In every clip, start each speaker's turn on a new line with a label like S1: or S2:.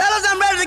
S1: to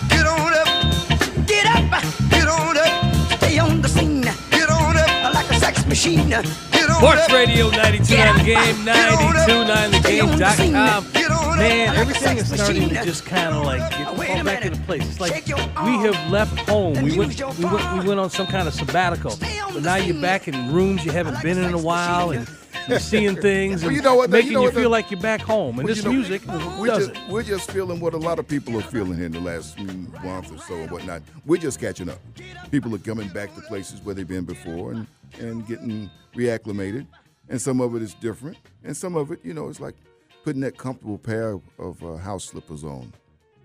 S2: get on up,
S1: get up,
S2: get on up,
S1: stay on the scene
S2: get on up,
S1: like a sex machine.
S2: get on
S3: Sports
S2: up.
S3: Radio 929 The Game, 929thegame.com. Man, everything is starting to just kind of like get
S1: Wait a
S3: fall back
S1: minute.
S3: into place. It's like
S1: Shake your
S3: we
S1: arm
S3: have left home.
S1: and
S3: We
S1: use
S3: went,
S1: your
S3: we went, we
S1: arm.
S3: went on some kind of sabbatical.
S1: Stay on
S3: But
S1: the
S3: now you're
S1: scene.
S3: back in rooms you haven't
S1: like
S3: been
S1: the
S3: in a
S1: sex
S3: while,
S1: machine.
S3: and you're seeing things, and
S4: you know what, though? You
S3: making
S4: know
S3: you
S4: what, though?
S3: feel like you're back home. And
S4: Well,
S3: this
S4: you know,
S3: music
S4: we're
S3: does
S4: just,
S3: it.
S4: We're just feeling what a lot of people are feeling here in the last mm, month or so and whatnot. We're just catching up. People are coming back to places where they've been before and, and getting reacclimated. And some of it is different. And some of it, you know, it's like putting that comfortable pair of uh, house slippers on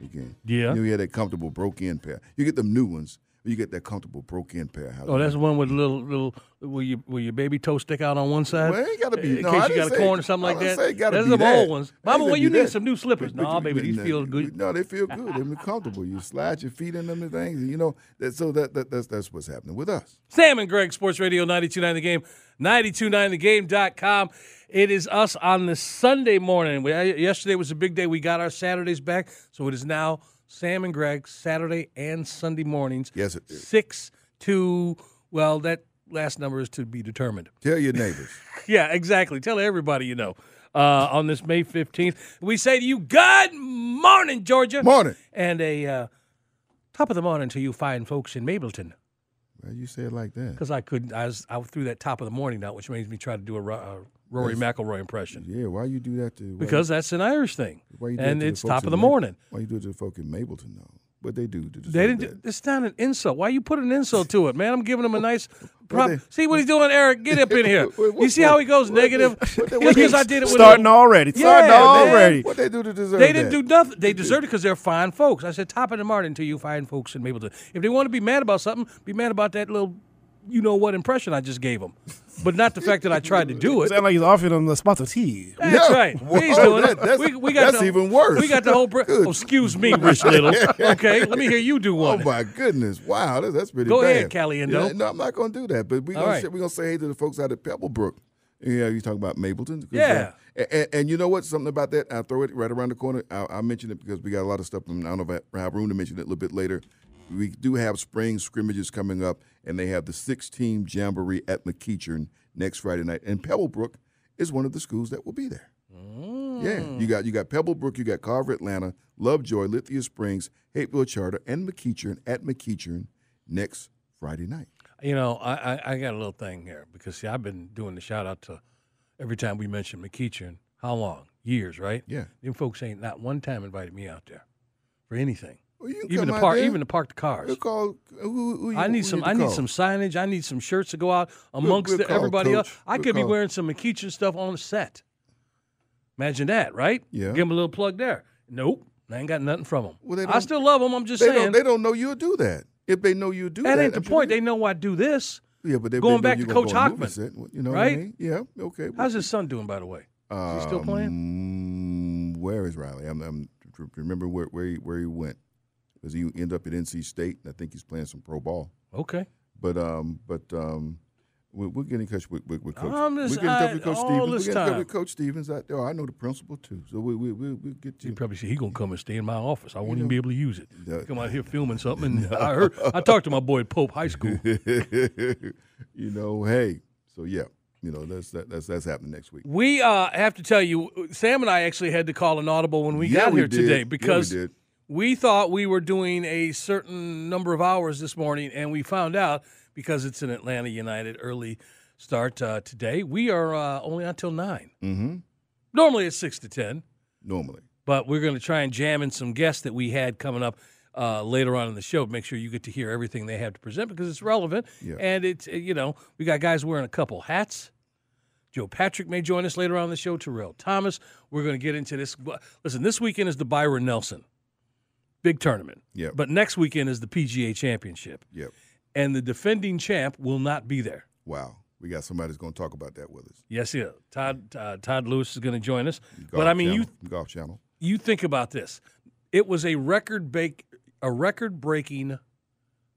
S4: again.
S3: Yeah.
S4: You, know, you had that comfortable broke in pair. You get them new ones, but you get that comfortable broke in pair. of house
S3: Oh, that's the one with little little will your will your baby toe stick out on one side?
S4: Well, it ain't gotta be-
S3: in
S4: no,
S3: case
S4: I
S3: you
S4: didn't
S3: got a
S4: say-
S3: corn or something
S4: I
S3: like
S4: didn't
S3: that.
S4: say it gotta
S3: Those
S4: be
S3: are the
S4: that.
S3: old ones.
S4: I ain't
S3: Mama,
S4: say
S3: well, you
S4: do
S3: need
S4: that.
S3: some new slippers.
S4: But- but
S3: No,
S4: you-
S3: baby,
S4: but
S3: these
S4: no,
S3: feel
S4: you-
S3: good.
S4: No, they feel good. They're comfortable. You slide your feet in them and things. You know that. So that, that that's that's what's happening with us.
S3: Sam and Greg, Sports Radio 929 The Game, 929thegame.com. It is us on this Sunday morning. We, uh, yesterday was a big day. We got our Saturdays back. So it is now Sam and Greg, Saturday and Sunday mornings.
S4: Yes, it is.
S3: Six to, well, that last number is to be determined.
S4: Tell your neighbors.
S3: yeah, exactly. Tell everybody you know uh, on this May 15th. We say to you, good morning, Georgia.
S4: Morning.
S3: And a uh, top of the morning to you fine folks in Mableton.
S4: Well, you say it like that.
S3: Because I couldn't, I, was, I threw that top of the morning out, which makes me try to do a, Ro- a Rory McIlroy impression.
S4: Yeah. Why you do that to? why-
S3: Because that's an Irish thing.
S4: why you do that
S3: and
S4: to the
S3: it's
S4: folks
S3: top of
S4: in
S3: the
S4: Mab-
S3: morning.
S4: Why you do it to the folk in Mableton though? But they do. to
S3: They
S4: deserve
S3: didn't. Do, it's not an insult. Why you put an insult to it, man? I'm giving him a nice prop.
S4: Oh, they-
S3: see what he's doing, Eric. Get up in here.
S4: What- what-
S3: you see how he goes
S4: what they-
S3: negative?
S4: what they- what
S3: Because
S4: they-
S3: I did it with
S5: Starting
S3: him.
S5: already. Starting
S3: Yeah, man.
S5: already.
S4: What they do to deserve
S3: They didn't do
S4: that?
S3: nothing. They deserted because they're fine folks. I said, top of the morning to you, fine folks in Mapleton. If they want to be mad about something, be mad about that little, you know what impression I just gave them, but not the fact that I tried to do it.
S5: Sound like he's offering them the spot of tea.
S3: That's
S4: Yeah.
S3: right.
S4: Wow,
S3: He's doing
S4: that-
S3: it.
S4: that's-
S3: we, we got
S4: that's
S3: the-
S4: even worse.
S3: We got the whole. Br- oh, excuse me, Rich Little. Okay, let me hear you do
S4: Oh
S3: one.
S4: my goodness! Wow, that's, that's pretty
S3: Go
S4: bad.
S3: ahead, Caliendo.
S4: Yeah, no, I'm not going to do that. But we
S3: All
S4: gonna
S3: right.
S4: say, we gonna say hey to the folks out at Pebblebrook. Yeah, you talking about Mapleton? 'Cause, uh,
S3: Yeah.
S4: a- and, and you know what? Something about that. I throw it right around the corner. I, I mention it because we got a lot of stuff. And I don't know if I have room to mention it a little bit later. We do have spring scrimmages coming up, and they have the six team jamboree at McEachern next Friday night. And Pebblebrook is one of the schools that will be there.
S3: Mm.
S4: Yeah, you got you got Pebblebrook, you got Carver, Atlanta, Lovejoy, Lithia Springs, Hapeville Charter, and McEachern at McEachern next Friday night.
S3: You know, I, I, I got a little thing here because see, I've been doing the shout out to every time we mention McEachern. How long? Years, right?
S4: Yeah.
S3: Them folks ain't not one time invited me out there for anything.
S4: Well, you can
S3: Even
S4: come
S3: to
S4: out
S3: park,
S4: there.
S3: even to park the cars.
S4: You call who, who you,
S3: I
S4: who you
S3: need some.
S4: to
S3: I need
S4: call?
S3: some signage. I need some shirts to go out amongst
S4: we'll
S3: the-
S4: call,
S3: everybody
S4: Coach.
S3: else. I
S4: We'll
S3: could be
S4: call.
S3: wearing some McEachern stuff on the set. Imagine that, right?
S4: Yeah.
S3: Give them a little plug there. Nope, I ain't got nothing from them.
S4: Well, they
S3: I
S4: don't-
S3: still love them. I'm just
S4: They
S3: saying
S4: don't, they don't know you'll do that. If they know you do
S3: that
S4: that
S3: ain't the
S4: I'm sure
S3: point.
S4: they-
S3: They know I do this.
S4: yeah, but they
S3: going
S4: they know
S3: back
S4: you
S3: to
S4: gonna
S3: Coach
S4: go on a movie
S3: Hockman,
S4: set, You know
S3: right?
S4: what I mean? Yeah. Okay.
S3: How's his son doing, by the way? Is he still playing?
S4: Um, where is Riley? I'm, I'm tr- remember where where he, where he went because he ended up at NC State, and I think he's playing some pro ball.
S3: Okay.
S4: But um, but um, we, we'll get in touch with with, with Coach.
S3: I'm just-
S4: we'll get in touch
S3: I-
S4: with Coach
S3: all
S4: Stevens. We'll
S3: this
S4: get in touch
S3: time.
S4: with Coach Stevens out there. I know the principal too, so we we we we'll get
S3: You
S4: to.
S3: probably see he gonna come and stay in my office. I won't even be able to use it.
S4: No.
S3: Come out here filming something. And I heard. I talked to my boy at Pope High School.
S4: you know, hey, so yeah, you know that's that, that's that's happening next week.
S3: We uh, have to tell you, Sam and I actually had to call an audible when we
S4: yeah,
S3: got
S4: we
S3: here
S4: did.
S3: today
S4: Yeah,
S3: because
S4: we did.
S3: we thought we were doing a certain number of hours this morning, and we found out because it's an Atlanta United early start uh, today. We are uh, only until 9 Mm-hmm. Normally it's six to ten,
S4: normally.
S3: but we're going to try and jam in some guests that we had coming up. Uh, later on in the show, make sure you get to hear everything they have to present because it's relevant.
S4: Yeah.
S3: And it's, uh, you know, we got guys wearing a couple hats. Joe Patrick may join us later on in the show. Terrell Thomas. We're going to get into this. Listen, this weekend is the Byron Nelson big tournament.
S4: Yep.
S3: But next weekend is the PGA Championship,
S4: Yep.
S3: and the defending champ will not be there.
S4: Wow. we got somebody that's going to talk about that with us.
S3: Yes, yeah. Todd uh, Todd Lewis is going to join us. but I mean, you
S4: Channel, Golf Channel.
S3: you think about this. It was a record bake a record breaking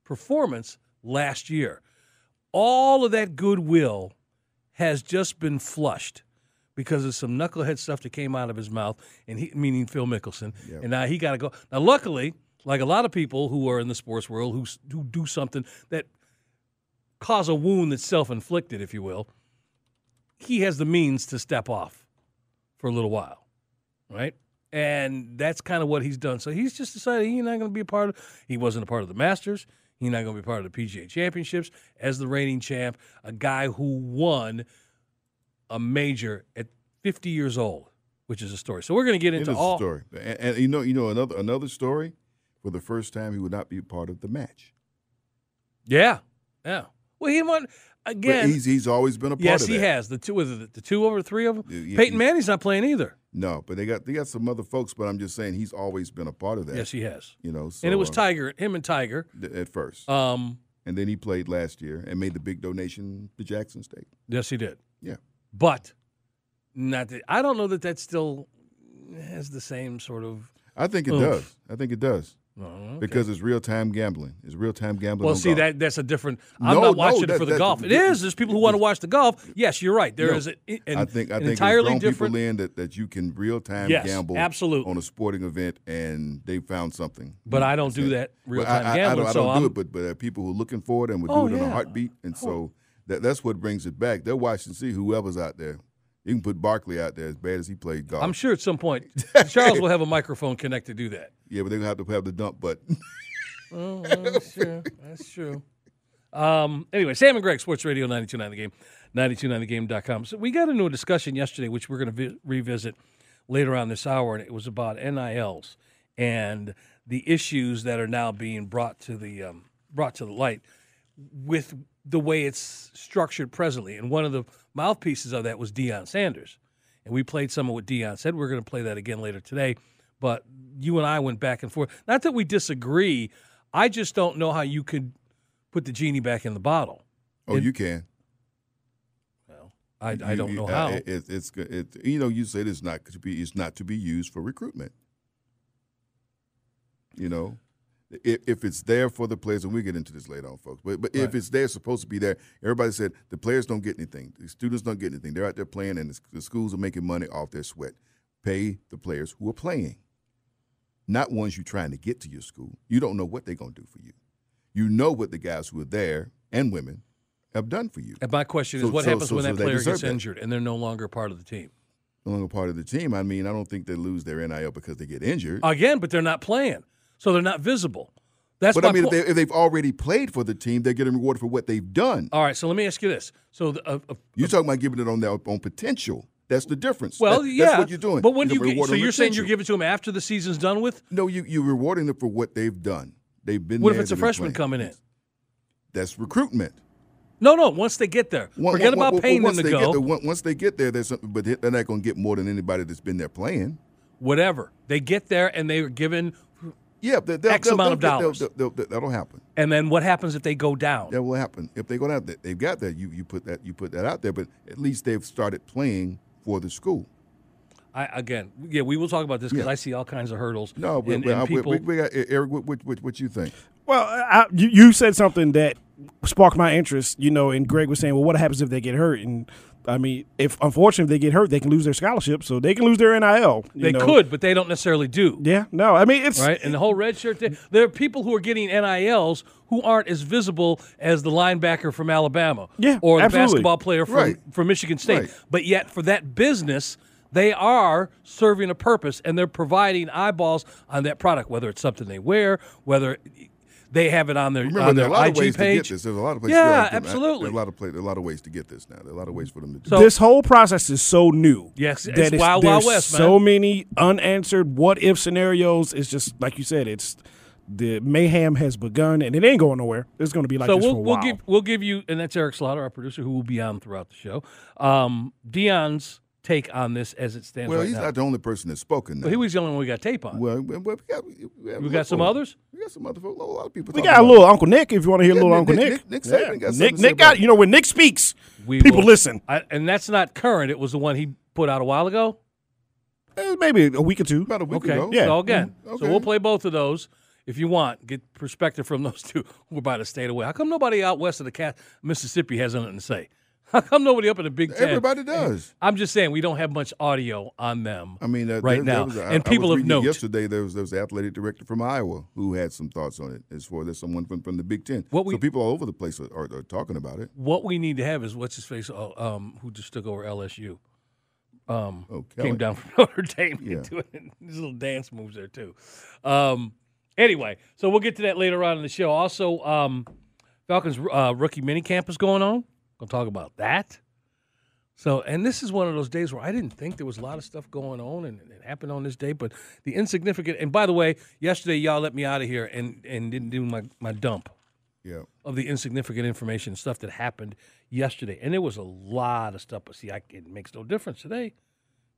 S3: performance last year. All of that goodwill has just been flushed because of some knucklehead stuff that came out of his mouth, and he meaning Phil Mickelson. And now he got to go. Now, luckily, like a lot of people who are in the sports world who s- who do something that cause a wound that's self inflicted, if you will, he has the means to step off for a little while right? And that's kind of what he's done. So he's just decided he's not going to be a part of. He wasn't a part of the Masters. He's not going to be part of the PGA Championships as the reigning champ, a guy who won a major at 50 years old, which is a story. So we're going to get
S4: It
S3: into
S4: is
S3: all.
S4: a story, and, and you know, you know another another story. For the first time, he would not be part of the match.
S3: Yeah, yeah. Well, he won
S4: But
S3: again.
S4: he's he's always been a part
S3: yes,
S4: of
S3: he
S4: that.
S3: has the two. Was it the two over three of them?
S4: Yeah, yeah,
S3: Peyton
S4: he-
S3: Manning's not playing either.
S4: No, but they got they got some other folks. But I'm just saying he's always been a part of that.
S3: Yes, he has.
S4: you know. So,
S3: and it was
S4: uh,
S3: Tiger, him and Tiger.
S4: th- at first,
S3: Um,
S4: and then he played last year and made the big donation to Jackson State.
S3: yes, he did.
S4: Yeah,
S3: but not that I don't know that that still has the same sort of.
S4: I think it
S3: Oof.
S4: does. I think it does
S3: I don't know.
S4: because it's real time gambling. It's real time gambling.
S3: Well,
S4: on
S3: see
S4: golf.
S3: that that's a different. I'm not
S4: No, no,
S3: watching it
S4: that-
S3: for the
S4: that-
S3: golf. It is. There's people who want to watch the golf. Yes, you're right. There
S4: No.
S3: is a, an,
S4: I think I
S3: an
S4: think it's
S3: entirely
S4: grown
S3: different.
S4: people in that, that you can real time
S3: Yes,
S4: gamble
S3: absolutely.
S4: on a sporting event and they found something.
S3: But I don't do that
S4: Well,
S3: real time
S4: I, I,
S3: gambling.
S4: I don't, I
S3: so
S4: don't
S3: I'm,
S4: do it, but but there are people who are looking for it and would
S3: Oh,
S4: do it in
S3: yeah.
S4: a heartbeat, and so that that's what brings it back. They'll watch and see whoever's out there. You can put Barkley out there as bad as he played golf.
S3: I'm sure at some point Charles will have a microphone connected to do that.
S4: yeah, but they're gonna have to have the dump button.
S3: Oh, well, that's true. That's true. Um, anyway, Sam and Greg, Sports Radio 929 The Game, 929TheGame.com. So we got into a discussion yesterday, which we're going to vi- revisit later on this hour, and it was about NILs and the issues that are now being brought to the um, brought to the light with the way it's structured presently. And one of the mouthpieces of that was Deion Sanders. And we played some of what Deion said. We're going to play that again later today. But you and I went back and forth. Not that we disagree. I just don't know how you could put the genie back in the bottle.
S4: Oh,
S3: It-
S4: you can.
S3: I, I
S4: You-
S3: don't
S4: you-
S3: know
S4: uh,
S3: how.
S4: It, it, it's go- it, you know you said it's not to be it's not to be used for recruitment. You know, if, if it's there for the players, and we get into this later on, folks. But but if
S3: Right.
S4: it's there, it's supposed to be there. Everybody said the players don't get anything, the students don't get anything. They're out there playing, and the, the schools are making money off their sweat. Pay the players who are playing, not ones you're trying to get to your school. You don't know what they're gonna do for you. You know what the guys who are there and women have done for you.
S3: and my question is,
S4: So-
S3: what
S4: so-
S3: happens
S4: so-
S3: when
S4: so
S3: that
S4: they
S3: player
S4: deserve
S3: gets
S4: that.
S3: injured and they're no longer part of the team?
S4: no longer part of the team. I mean, I don't think they lose their NIL because they get injured.
S3: Again, but they're not playing, so they're not visible. That's
S4: but
S3: my
S4: I mean, if,
S3: point.
S4: they, if they've already played for the team, they're getting rewarded for what they've done.
S3: All right, so let me ask you this: so the, uh, uh,
S4: You're talking about giving it on their on potential. That's the difference.
S3: Well,
S4: That-
S3: yeah.
S4: that's what you're doing.
S3: But when
S4: You're
S3: do you get, so
S4: rewarding
S3: you're saying
S4: potential.
S3: you're giving it to him after the season's done with?
S4: no, you you're rewarding them for what they've done. They've been.
S3: What if
S4: there,
S3: it's a
S4: they've been
S3: freshman
S4: playing.
S3: coming in?
S4: That's recruitment.
S3: No, no. Once they get there,
S4: Once-
S3: forget
S4: once-
S3: about
S4: once-
S3: paying
S4: once
S3: them to
S4: they get
S3: go.
S4: there- once- once they get there, there's something, but they're not going to get more than anybody that's been there playing.
S3: Whatever they get there, and they are given.
S4: Yeah, they, they'll,
S3: X
S4: they'll-
S3: amount of
S4: they'll-
S3: dollars.
S4: they'll- they'll- they'll- that'll happen.
S3: And then what happens if they go down?
S4: that will happen if they go down. They've got that. You you put that you put that out there, but at least they've started playing for the school.
S3: I again, yeah, we will talk about this because
S4: Yeah.
S3: I see all kinds of hurdles.
S4: No, we,
S3: and,
S4: we,
S3: and
S4: I- we-
S3: people.
S4: we, we got E, Eric. What, what, what, what you think?
S5: Well,
S3: uh,
S5: I, you, you said something that sparked my interest, you know, and Greg was saying, well, what happens if they get hurt? And I mean, if unfortunately if they get hurt, they can lose their scholarship, so they can lose their NIL. you
S3: they
S5: know.
S3: could, but they don't necessarily do.
S5: Yeah, no, I mean, it's.
S3: Right, and the whole red shirt. Thing, there are people who are getting NILs who aren't as visible as the linebacker from Alabama,
S5: Yeah,
S3: or the
S5: absolutely.
S3: basketball player from,
S4: Right.
S3: from Michigan State.
S4: Right.
S3: But yet, for that business, they are serving a purpose, and they're providing eyeballs on that product, whether it's something they wear, whether they have it on their
S4: Remember,
S3: on
S4: there
S3: their
S4: are a lot
S3: IG
S4: of ways
S3: page.
S4: to get this. There's a lot of places.
S3: Yeah,
S4: there are- there are-
S3: absolutely.
S4: There are a lot of play, there are a lot of ways to get this now. There are a lot of ways for them to do.
S3: So-
S5: this whole process is so new.
S3: Yes, it's
S5: that
S3: Wild, Wild
S5: there's
S3: West, man.
S5: So many unanswered what if scenarios. It's just like you said. It's the mayhem has begun, and it ain't going nowhere. It's going to be like
S3: so
S5: this
S3: we'll,
S5: for a
S3: we'll
S5: while.
S3: give we'll give you, and that's Eric Slaughter, our producer, who will be on throughout the show. Um, Dion's take on this as it stands
S4: Well,
S3: right
S4: he's
S3: now?
S4: not the only person that's spoken.
S3: Well,
S4: Now.
S3: he was the only one we got tape on.
S4: well, we, we got, we, we have
S3: we
S4: look
S3: got some
S4: for-
S3: others.
S4: We got some other folks. A lot of people.
S5: We
S4: talking
S5: got a
S4: about
S5: little Uncle Nick if you want to hear
S4: Yeah,
S5: little
S4: Nick-
S5: Uncle
S4: Nick-
S5: Nick.
S4: Nick- Nick Saban got something
S5: Nick,
S4: to say
S5: Nick
S4: about
S5: got
S4: it.
S5: you know when Nick speaks,
S3: We
S5: people
S3: will-
S5: listen.
S3: I, and that's not current. It was the one he put out a while ago.
S5: Eh, Maybe a week or two.
S4: about a week
S3: Okay.
S4: ago.
S5: Yeah.
S3: So again,
S4: Mm-hmm. Okay.
S3: so we'll play both of those if you want. Get perspective from those two. We're about to state away. How come nobody out west of the Ca- Mississippi has nothing to say? How come nobody up in the Big Ten?
S4: Everybody does.
S3: I'm just saying we don't have much audio on them.
S4: I mean, uh,
S3: right
S4: there- there
S3: now,
S4: was a- I-
S3: and
S4: I
S3: people
S4: was
S3: have
S4: reading it
S3: note.
S4: Yesterday, there was there was an athletic director from Iowa who had some thoughts on it. As far as someone from, from the Big Ten,
S3: What we-
S4: so people all over the place are, are, are talking about it.
S3: What we need to have is what's his face, oh, um, who just took over LSU,
S4: Oh, Kelly.
S3: Mm-hmm. came down from Notre Dame,
S4: Yeah.
S3: doing these little dance moves there too. Um, anyway, so we'll get to that later on in the show. Also, um, Falcons uh, rookie minicamp is going on. We'll talk about that. So, and this is one of those days where I didn't think there was a lot of stuff going on, and it happened on this day. But the insignificant. And by the way, yesterday y'all let me out of here and and didn't do my my dump
S4: Yeah.
S3: of the insignificant information and stuff that happened yesterday. And there was a lot of stuff, but see, I, it makes no difference today.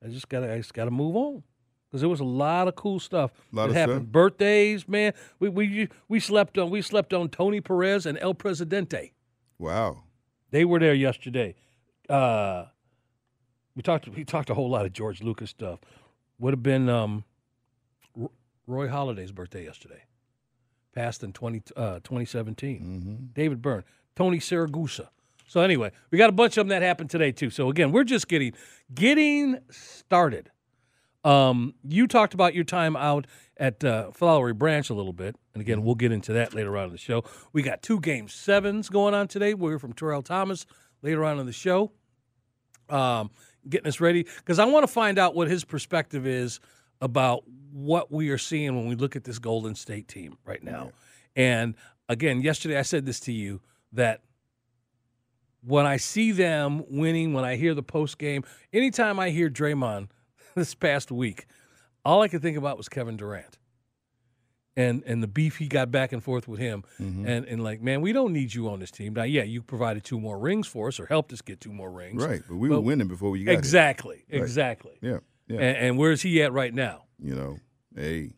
S3: I just got to I just got to move on because there was a lot of cool stuff
S4: Lot
S3: that
S4: of
S3: happened.
S4: stuff.
S3: Birthdays, man. We we we slept on we slept on Tony Perez and El Presidente.
S4: Wow.
S3: They were there yesterday. Uh, we talked we talked a whole lot of George Lucas stuff. Would have been um, R- Roy Holiday's birthday yesterday. Passed in 20, uh, 2017. David Byrne, Tony Saragusa. So anyway, we got a bunch of them that happened today too. So again, we're just getting getting started. Um, you talked about your time out at uh, Flowery Branch a little bit, and again, we'll get into that later on in the show. We got two game sevens going on today. We're from Terrell Thomas later on in the show, um, getting us ready because I want to find out what his perspective is about what we are seeing when we look at this Golden State team right now. And again, yesterday I said this to you that when I see them winning, when I hear the post game, anytime I hear Draymond this past week, all I could think about was Kevin Durant and and the beef he got back and forth with him, and and like, man, we don't need you on this team now. Yeah, you provided two more rings for us or helped us get two more rings.
S4: Right. But we were winning before we got
S3: Exactly, exactly.
S4: here. Yeah. Yeah.
S3: And, and where's he at right now?
S4: you know. Hey.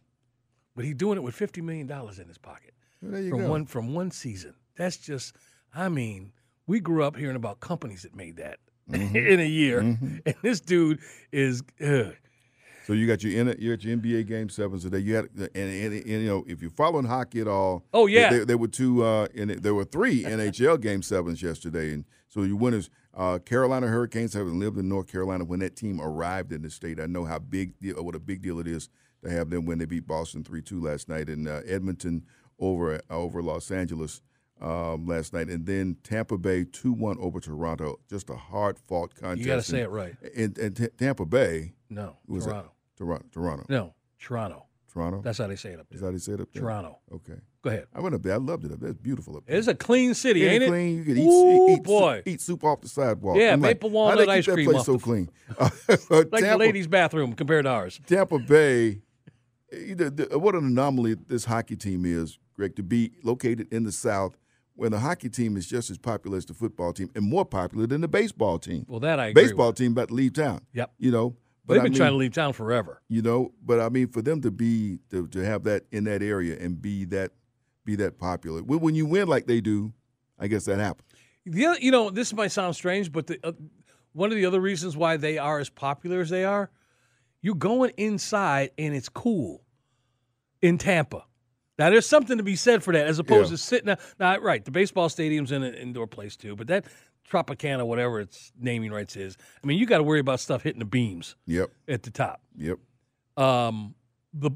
S3: But he's doing it with fifty million dollars in his pocket
S4: Well, there you
S3: from
S4: go.
S3: one from one season. That's just, I mean, we grew up hearing about companies that made that
S4: Mm-hmm.
S3: in a year, and this dude is. Ugh.
S4: So you got your N- you're at your NBA game sevens today. You had and, and, and you know if you're following hockey at all.
S3: Oh, yeah.
S4: there, there were two. Uh, in it, there were three NHL game sevens yesterday, and so your winners, uh, Carolina Hurricanes, having lived in North Carolina when that team arrived in the state. I know how big deal, what a big deal it is to have them when they beat Boston three two last night, and uh, Edmonton over uh, over Los Angeles um, last night, and then Tampa Bay two one over Toronto. Just a hard fought contest.
S3: You got to say it right.
S4: And, and T- Tampa Bay.
S3: No,
S4: was that?
S3: Toronto.
S4: Toronto. Toronto.
S3: No, Toronto.
S4: Toronto.
S3: That's how they say it up there.
S4: Is that how they say it up there?
S3: Toronto.
S4: Okay.
S3: Go ahead.
S4: I went up there. I loved it up there. It's beautiful up there.
S3: It's a clean city,
S4: Yeah,
S3: ain't
S4: clean.
S3: it?
S4: You can eat,
S3: Ooh,
S4: eat, eat,
S3: boy.
S4: Soup, eat soup off the sidewalk.
S3: Yeah,
S4: I'm like,
S3: maple
S4: how
S3: walnut
S4: they keep
S3: ice
S4: that
S3: cream
S4: place
S3: off
S4: so
S3: the-
S4: clean. Uh,
S3: like
S4: Tampa,
S3: the ladies' bathroom compared to ours.
S4: Tampa Bay. you know, the- What an anomaly this hockey team is, Greg, to be located in the South when the hockey team is just as popular as the football team and more popular than the baseball team.
S3: Well, that I agree with.
S4: baseball team about to leave town.
S3: Yep.
S4: You know, but
S3: They've
S4: I
S3: been
S4: mean,
S3: trying to leave town forever.
S4: you know but i mean for them to be to, to have that in that area and be that be that popular when, when you win like they do i guess that happens
S3: The other, you know, this might sound strange, but the, uh, one of the other reasons why they are as popular as they are, you're going inside and it's cool in Tampa. Now, there's something to be said for that, as opposed
S4: Yeah.
S3: to sitting out. Now, right, the baseball stadium's in an indoor place too, but that Tropicana, whatever its naming rights is, I mean, you got to worry about stuff hitting the beams
S4: yep
S3: at the top.
S4: yep
S3: um, the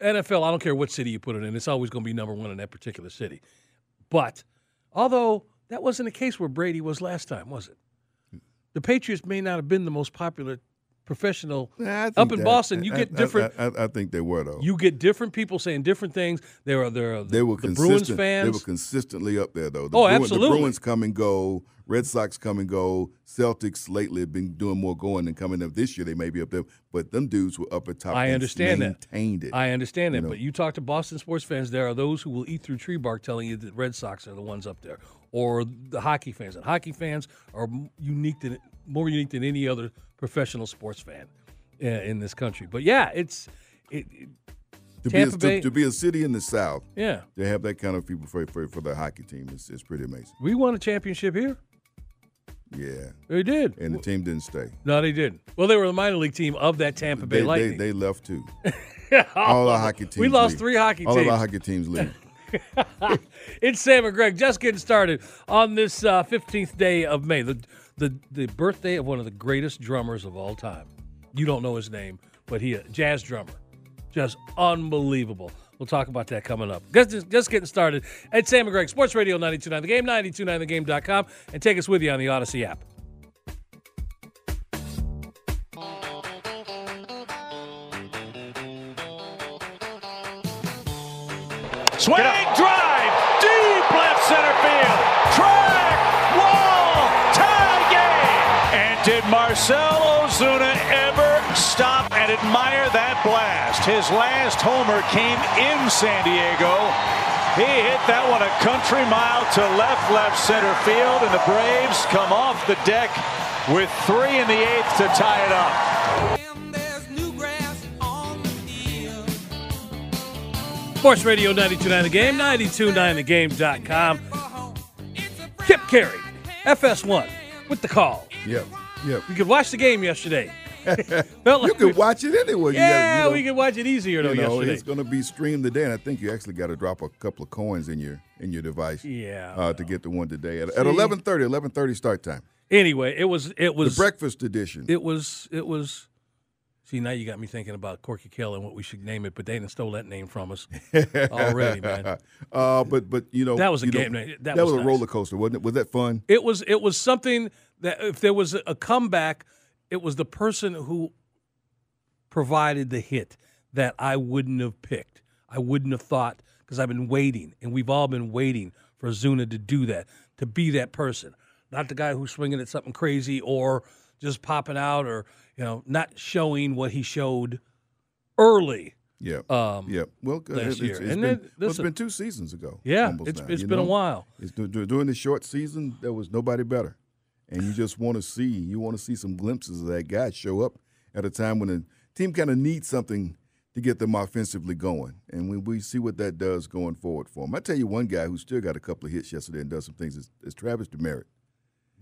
S3: NFL, I don't care what city you put it in, it's always going to be number one in that particular city. But although that wasn't the case where Brady was last time, was it? The Patriots may not have been the most popular professional
S4: Nah, I
S3: up
S4: think
S3: in
S4: that-
S3: Boston. You
S4: I-
S3: get
S4: I-
S3: different.
S4: I, I, I think they were though
S3: you get different people saying different things. There are there are the,
S4: they were
S3: the
S4: consistent.
S3: Bruins fans.
S4: They were consistently up there, though. The
S3: Oh,
S4: Bruins,
S3: absolutely.
S4: The Bruins come and go. Red Sox come and go. Celtics lately have been doing more going than coming up. This year they may be up there, but them dudes were up at top.
S3: I
S4: and
S3: understand that.
S4: maintained it.
S3: I understand that,
S4: know.
S3: but you talk to Boston sports fans, there are those who will eat through tree bark telling you that Red Sox are the ones up there, or the hockey fans. And hockey fans are m- unique than more unique than any other professional sports fan uh, in this country. But yeah, it's it, it-
S4: To be, a,
S3: Tampa Bay-
S4: to, to be a city in the South,
S3: yeah.
S4: to have that kind of people for for, for the hockey team is, is pretty amazing.
S3: We won a championship here.
S4: Yeah,
S3: They did.
S4: and the team didn't stay.
S3: no, they didn't. Well, they were the minor league team of that Tampa Bay
S4: They, they,
S3: Lightning.
S4: they left too. All our hockey teams.
S3: We lost
S4: leave.
S3: three hockey
S4: All of
S3: teams.
S4: our hockey teams leave.
S3: It's Sam and Greg just getting started on this uh, 15th day of May, the, the the birthday of one of the greatest drummers of all time. You don't know his name, but he a jazz drummer. Just unbelievable. We'll talk about that coming up. Just, just getting started at Sam and Greg, Sports Radio 929 The Game, 929 thegame.com, and take us with you on the Odyssey app.
S6: Swing drive, deep left center field. Track, wall, tie game. And did Marcel Ozuna ever stop and admire that blast? His last homer came in San Diego. He hit that one a country mile to left, left center field, and the Braves come off the deck with three in the eighth to tie it up.
S3: Sports Radio 929 The Game, 929thegame.com. Kip Carey, FS1, with the call.
S4: yep, yep.
S3: You could watch the game yesterday. Felt like
S4: You
S3: we-
S4: could watch it anywhere. You
S3: Yeah,
S4: gotta, you know,
S3: we could watch it easier though
S4: You know,
S3: yesterday.
S4: it's going to be streamed today, and I think you actually got to drop a couple of coins in your in your device.
S3: Yeah,
S4: uh, to get the one today at, at 11:30, 11:30 start time.
S3: Anyway, it was it
S4: The
S3: was
S4: breakfast edition.
S3: it was it was. See, now you got me thinking about Corky Kell and what we should name it, but they done stole that name from us already, man.
S4: uh, but but you know
S3: That was a
S4: you know,
S3: game night. That
S4: That,
S3: was
S4: was,
S3: nice.
S4: a roller coaster, wasn't it? Was that fun?
S3: It was it was something that if there was a comeback, it was the person who provided the hit that I wouldn't have picked. I wouldn't have thought because I've been waiting, and we've all been waiting for Zuna to do that, to be that person, not the guy who's swinging at something crazy or just popping out or you know not showing what he showed early.
S4: Yeah.
S3: Um,
S4: yeah. Well, uh,
S3: last
S4: it's,
S3: year.
S4: it's
S3: And
S4: been,
S3: then-
S4: well, it's
S3: listen.
S4: been two seasons ago.
S3: Yeah,
S4: almost
S3: it's-
S4: now,
S3: it's
S4: you
S3: been a
S4: know?
S3: while.
S4: It's, du- du- during the short season, there was nobody better, and you just want to see you want to see some glimpses of that guy show up at a time when the team kind of needs something to get them offensively going, and we, we see what that does going forward for him. I tell you, one guy who still got a couple of hits yesterday and does some things is, is Travis Demerit.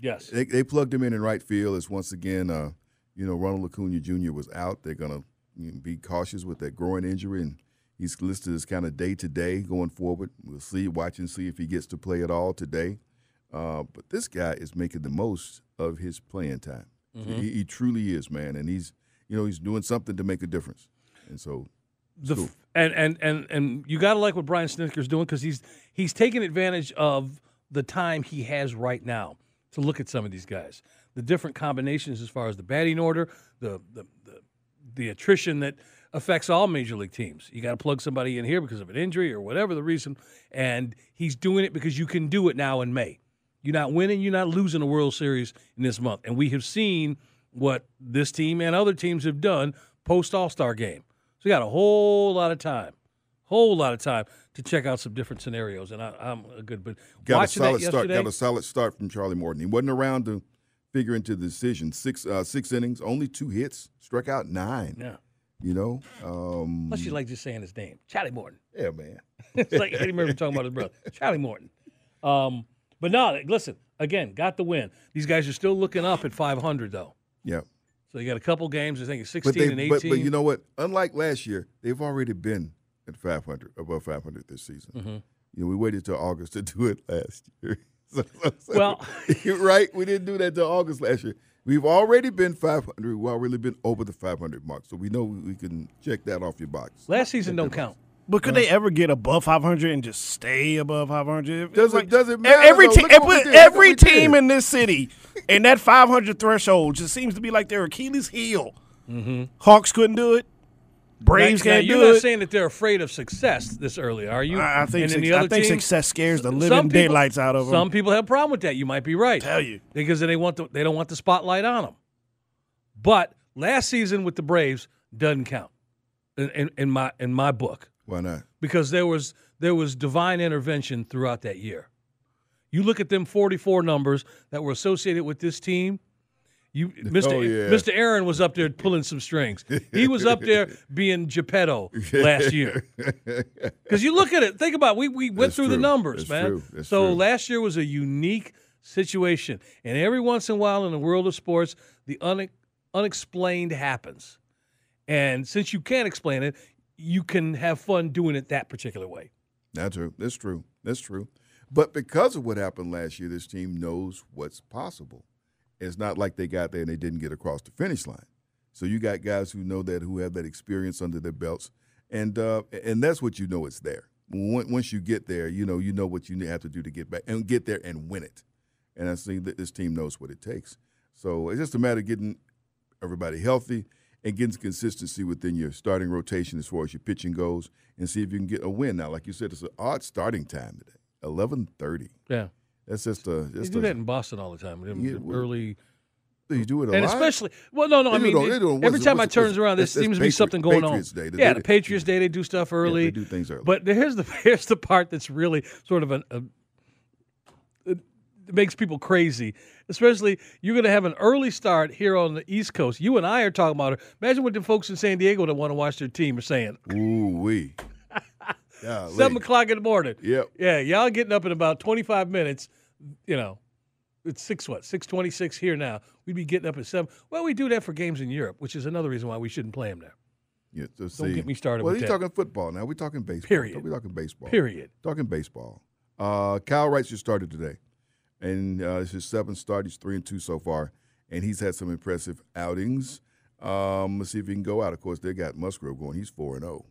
S3: Yes,
S4: They, they plugged him in in right field. As once again, uh, you know, Ronald Acuna Jr. was out. They're gonna you know, be cautious with that groin injury, and he's listed as kind of day to day going forward. We'll see, watch and see if he gets to play at all today. Uh, but this guy is making the most of his playing time. He, he truly is, man, and he's you know he's doing something to make a difference. And so,
S3: the f- and and and and you got to like what Brian Snickers doing because he's he's taking advantage of the time he has right now to look at some of these guys, the different combinations as far as the batting order, the the the, the attrition that affects all major league teams. You got to plug somebody in here because of an injury or whatever the reason, and he's doing it because you can do it now in May. You're not winning, you're not losing the World Series in this month, and we have seen what this team and other teams have done post All Star game. So you got a whole lot of time, whole lot of time to check out some different scenarios. And I, I'm a good, but
S4: got
S3: watching
S4: a solid
S3: that
S4: start.
S3: yesterday,
S4: Got a solid start from Charlie Morton. He wasn't around to figure into the decision. Six uh, six innings, only two hits, struck out nine.
S3: yeah.
S4: You know, um,
S3: Plus, you like just saying his name, Charlie Morton.
S4: yeah, man.
S3: It's like Eddie Murphy talking about his brother, Charlie Morton. Um, but no, listen, again, got the win. These guys are still looking up at 500 though.
S4: Yeah,
S3: So you got a couple games. I think it's 16
S4: but they,
S3: and 18.
S4: but, but you know what? Unlike last year, they've already been at 500, above 500 this season.
S3: Mm-hmm.
S4: You know, we waited till August to do it last year. So- so- so-
S3: Well-
S4: you're right, we didn't do that till August last year. We've already been 500. We've already been over the 500 mark, so we know we we can check that off your box.
S3: last season don't count.
S5: But could
S4: Uh-huh.
S5: they ever get above 500 and just stay above 500?
S4: Does it- does it matter,
S5: e- Every,
S4: though?
S5: te-
S4: Look at what we
S5: every,
S4: did. Look what we
S5: team
S4: did.
S5: in this city and that 500 threshold just seems to be like their Achilles heel. Hawks couldn't do it. Braves
S3: Mm-hmm. Now- now,
S5: can't
S3: you're
S5: do
S3: not
S5: it.
S3: saying that they're afraid of success this early, are you?
S5: I I think,
S3: And then
S5: suc-
S3: the
S5: I
S3: other
S5: think
S3: teams-
S5: success scares the
S3: Some
S5: living
S3: people-
S5: daylights out of them.
S3: Some people have a problem with that. You might be right.
S5: Tell you.
S3: because they want the, they don't want the spotlight on them. But last season with the Braves doesn't count in, in, in my in my book
S4: Why not?
S3: because there was there was divine intervention throughout that year. You look at them 44 numbers that were associated with this team. You, Mr.
S4: Oh, yeah.
S3: Mr. Aaron was up there pulling some strings. He was up there being Geppetto last year. Because you look at it, think about it. we we went
S4: That's
S3: through the
S4: true.
S3: numbers,
S4: That's
S3: man.
S4: true. That's
S3: so
S4: true.
S3: last year was a unique situation, and every once in a while in the world of sports, the une- unexplained happens. And since you can't explain it, you can have fun doing it that particular way.
S4: That's true. That's true. That's true. But because of what happened last year, this team knows what's possible. It's not like they got there and they didn't get across the finish line. So you got guys who know that, who have that experience under their belts, and uh, and that's what you know it's there. When- Once you get there, you know you know what you have to do to get back and get there and win it. And I think that this team knows what it takes. So it's just a matter of getting everybody healthy and getting consistency within your starting rotation as far as your pitching goes and see if you can get a win. Now, like you said, it's an odd starting time today. Eleven thirty.
S3: Yeah,
S4: That's just a
S3: they
S4: just
S3: do
S4: a,
S3: that in Boston all the time. them
S4: Yeah, well,
S3: early
S4: you do it a
S3: and
S4: lot.
S3: especially well, no, no. I
S4: They
S3: mean,
S4: do it on- they do it on-
S3: every
S4: what's-
S3: time I
S4: what's-
S3: turns
S4: what's-
S3: around, there
S4: that's- that's
S3: seems to be
S4: Patri-
S3: something going
S4: Patriots
S3: on.
S4: Day. They-
S3: yeah,
S4: they-
S3: the Patriots Day they do stuff early.
S4: they do things early.
S3: But here's the here's the part that's really sort of an. A, it makes people crazy, especially you're going to have an early start here on the East Coast. You and I are talking about it. Imagine what the folks in San Diego that want to watch their team are saying.
S4: Ooh wee.
S3: Seven o'clock in the morning.
S4: Yep.
S3: Yeah, y'all getting up in about 25 minutes. You know, it's six what? 6:26 here now. We'd be getting up at seven. Well, we do that for games in Europe, which is another reason why we shouldn't play them there.
S4: Yeah, so
S3: Don't
S4: see-
S3: get me started
S4: Well,
S3: with
S4: you're
S3: that.
S4: talking football now. We're talking baseball.
S3: Period.
S4: We're talking baseball.
S3: Period.
S4: Talking baseball. Uh, Kyle Wright just started today, and uh, it's his seventh start. He's three and two so far, and he's had some impressive outings. Um, let's see if he can go out. Of course, they got Musgrove going. He's four and zero.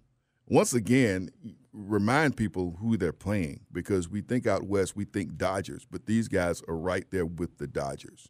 S4: Once again, remind people who they're playing because we think out west, we think Dodgers, but these guys are right there with the Dodgers,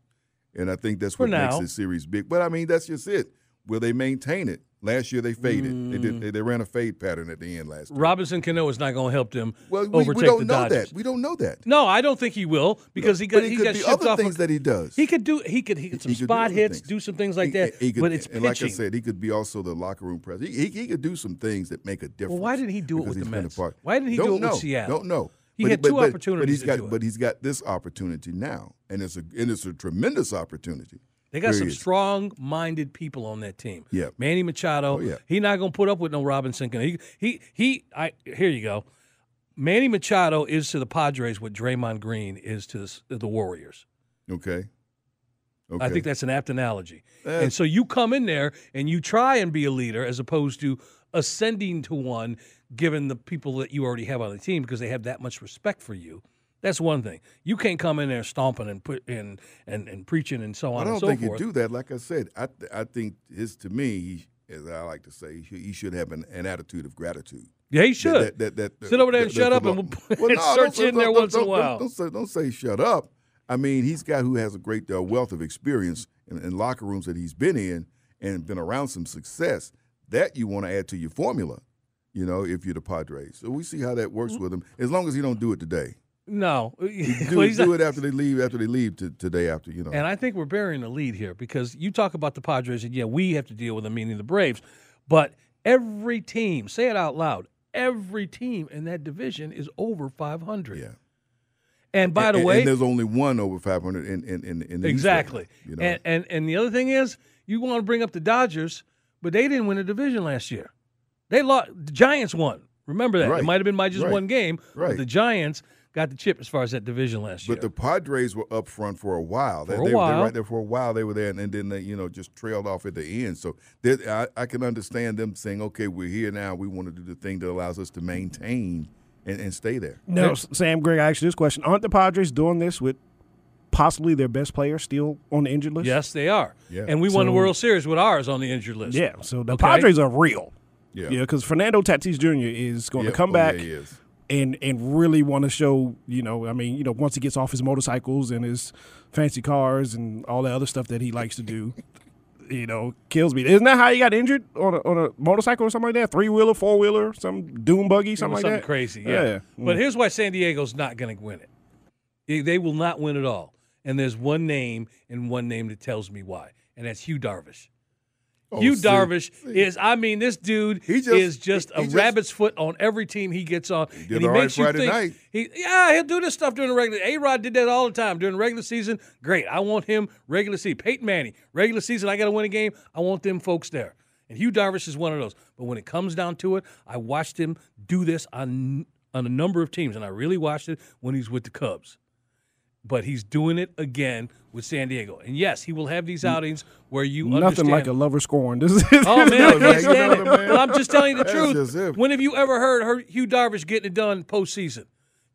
S4: and I think that's
S3: For
S4: what makes
S3: now.
S4: this series big. But I mean, that's just it. Will they maintain it? Last year they faded. They
S3: Mm.
S4: did. They, they ran a fade pattern at the end last. year.
S3: Robinson Cano is not going to help them
S4: Well, we,
S3: overtake
S4: we don't
S3: the
S4: know
S3: Dodgers.
S4: that. We don't know that.
S3: No, I don't think he will because he got
S4: but it
S3: he
S4: could
S3: got
S4: be
S3: shipped
S4: other
S3: off.
S4: things that he does.
S3: he could do he could he could some
S4: He could do
S3: spot
S4: other
S3: hits,
S4: things.
S3: do some things like
S4: He-
S3: that.
S4: he could-
S3: but it's pitching.
S4: and like I said, he could be also the locker room president. He, he, he could do some things that make a difference.
S3: why didn't he do it
S4: because
S3: with the
S4: he's been a
S3: Mets?
S4: part-
S3: Why didn't he do
S4: Don't
S3: it with
S4: know.
S3: Seattle?
S4: Don't know.
S3: He
S4: But-
S3: had
S4: but-
S3: two
S4: but- But
S3: opportunities
S4: he's
S3: to
S4: got
S3: do it.
S4: but he's got this opportunity now, and it's a and it's a tremendous opportunity.
S3: They got some
S4: Period.
S3: strong-minded people on that team.
S4: Yeah.
S3: Manny Machado.
S4: Oh, yeah.
S3: He not gonna put up with no Robinson. Cano. He he he. I here you go. Manny Machado is to the Padres what Draymond Green is to the, the Warriors.
S4: Okay. Okay. Eh.
S3: I think that's an apt analogy.
S4: That's-
S3: and so you come in there and you try and be a leader as opposed to ascending to one, given the people that you already have on the team because they have that much respect for you. That's one thing. You can't come in there stomping and put and and, and preaching and so on
S4: I
S3: and
S4: don't
S3: so
S4: think
S3: forth.
S4: you do that. Like I said, I th- I think his to me, he, as I like to say, he should, he should have an, an attitude of gratitude.
S3: Yeah, he should.
S4: That, that, that, that,
S3: Sit over there
S4: that-
S3: and
S4: that
S3: shut up,
S4: come
S3: and we'll,
S4: Well,
S3: and
S4: no,
S3: search
S4: don't-
S3: in
S4: don't-
S3: there
S4: don't-
S3: once in a
S4: don't-
S3: while.
S4: Don't, don't, say, don't say shut up. I mean, he's a guy who has a great uh, wealth of experience in, in locker rooms that he's been in and been around some success. That you want to add to your formula, you know, if you're the Padres. So we see how that works
S3: Mm-hmm.
S4: with him, as long as he don't do it today.
S3: no,
S4: Do,
S3: Well, he's
S4: do
S3: not-
S4: it after they leave, after they leave to, today, after, you know.
S3: And I think we're burying the lead here because you talk about the Padres, and yeah, we have to deal with them, meaning the Braves. But every team, say it out loud, every team in that division is over 500.
S4: yeah.
S3: And by
S4: And-
S3: the
S4: and-
S3: way,
S4: and there's only one over 500 in in in, in the East right
S3: exactly.
S4: now, you know,
S3: and, and and the other thing is, you want to bring up the Dodgers, but they didn't win a division last year. They lost. The Giants won. Remember that. It
S4: Right.
S3: might have been by just
S4: Right.
S3: one game, but
S4: Right.
S3: the Giants got the chip as far as that division last year.
S4: But the Padres were up front for a while. They,
S3: For a
S4: they, they
S3: while.
S4: were right there for a while. They were there, and, and then they, you know, just trailed off at the end. So there- I, I can understand them saying, "Okay, we're here now. We want to do the thing that allows us to maintain and, and stay there."
S5: No, S- Sam Greg, I asked you this question. Aren't the Padres doing this with possibly their best player still on the injured list?
S3: Yes, they are.
S4: Yeah.
S3: And we won the
S5: So-
S3: World Series with ours on the injured list.
S5: Yeah, so the
S3: Okay.
S5: Padres are real.
S4: Yeah.
S5: Yeah, because Fernando Tatis Jr. is going
S4: Yeah,
S5: to come
S4: oh, yeah,
S5: back
S4: he is.
S5: and and really want to show, you know, I mean, you know, once he gets off his motorcycles and his fancy cars and all that other stuff that he likes to do, you know, kills me. Isn't that how he got injured on a, on a motorcycle or something like that? Three wheeler, four wheeler, some doom buggy, something
S3: Something,
S5: like that. Oh, Mm.
S3: crazy. Yeah. But here's why San Diego's not going to win it. They- They will not win at all. And there's one name and one name that tells me why, and that's Hugh Darvish. you
S4: see,
S3: Darvish is. I mean, this dude
S4: He just-
S3: is just
S4: he- he
S3: a
S4: just-
S3: rabbit's foot on every team he gets on. He
S4: did all right Friday night.
S3: He, yeah, he'll do this stuff during the regular. A Rod did that all the time during the regular season. Great, I want him regular season. Peyton Manning, regular season. I got to win a game. I want them folks there. And Hugh Darvish is one of those. But when it comes down to it, I watched him do this on on a number of teams, and I really watched it when he's with the Cubs but he's doing it again with San Diego. And yes, he will have these outings where you
S5: Nothing
S3: understand.
S5: like a lover scorn. This is
S3: Oh man, I
S4: No, man,
S3: can't
S4: you
S3: stand
S4: know
S3: it.
S4: what, man?
S3: But I'm just telling you the
S4: That's just
S3: truth.
S4: it.
S3: When have you ever heard her, Hugh Darvish getting it done postseason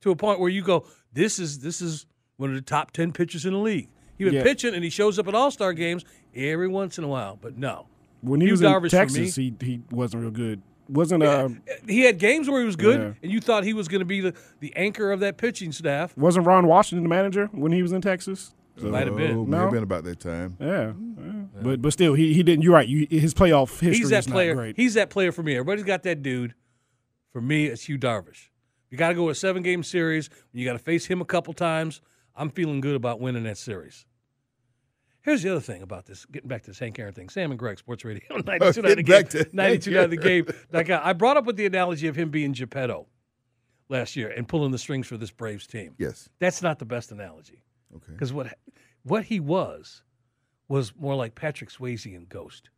S3: to a point where you go, "This is this is one of the top ten pitchers in the league." He been
S5: Yeah.
S3: pitching and he shows up at All Star games every once in a while, but no.
S5: when he
S3: Hugh
S5: was
S3: Darvish for
S5: in Texas, he he wasn't real good. Wasn't uh
S3: He had games where he was good,
S5: Yeah.
S3: and you thought he was going to be the, the anchor of that pitching staff.
S5: wasn't Ron Washington the manager when he was in Texas?
S3: Might have been.
S4: Oh, may
S5: No.
S4: have been about that time.
S5: Yeah, yeah. but but still, he, he didn't. You're right. You, his playoff history
S3: he's that
S5: is
S3: player.
S5: not great.
S3: He's that player for me. Everybody's got that dude. For me, it's Hugh Darvish. You got to go a seven game series. You got to face him a couple times. I'm feeling good about winning that series. Here's the other thing about this. Getting back to this Hank Aaron thing. Sam and Greg, Sports Radio, 92 the
S4: Getting
S3: game.
S4: back to
S3: 92
S4: Hank
S3: the game. Like uh, I I brought up with the analogy of him being Geppetto last year and pulling the strings for this Braves team.
S4: Yes.
S3: That's not the best analogy.
S4: Okay.
S3: Because what what he was was more like Patrick Swayze in Ghost.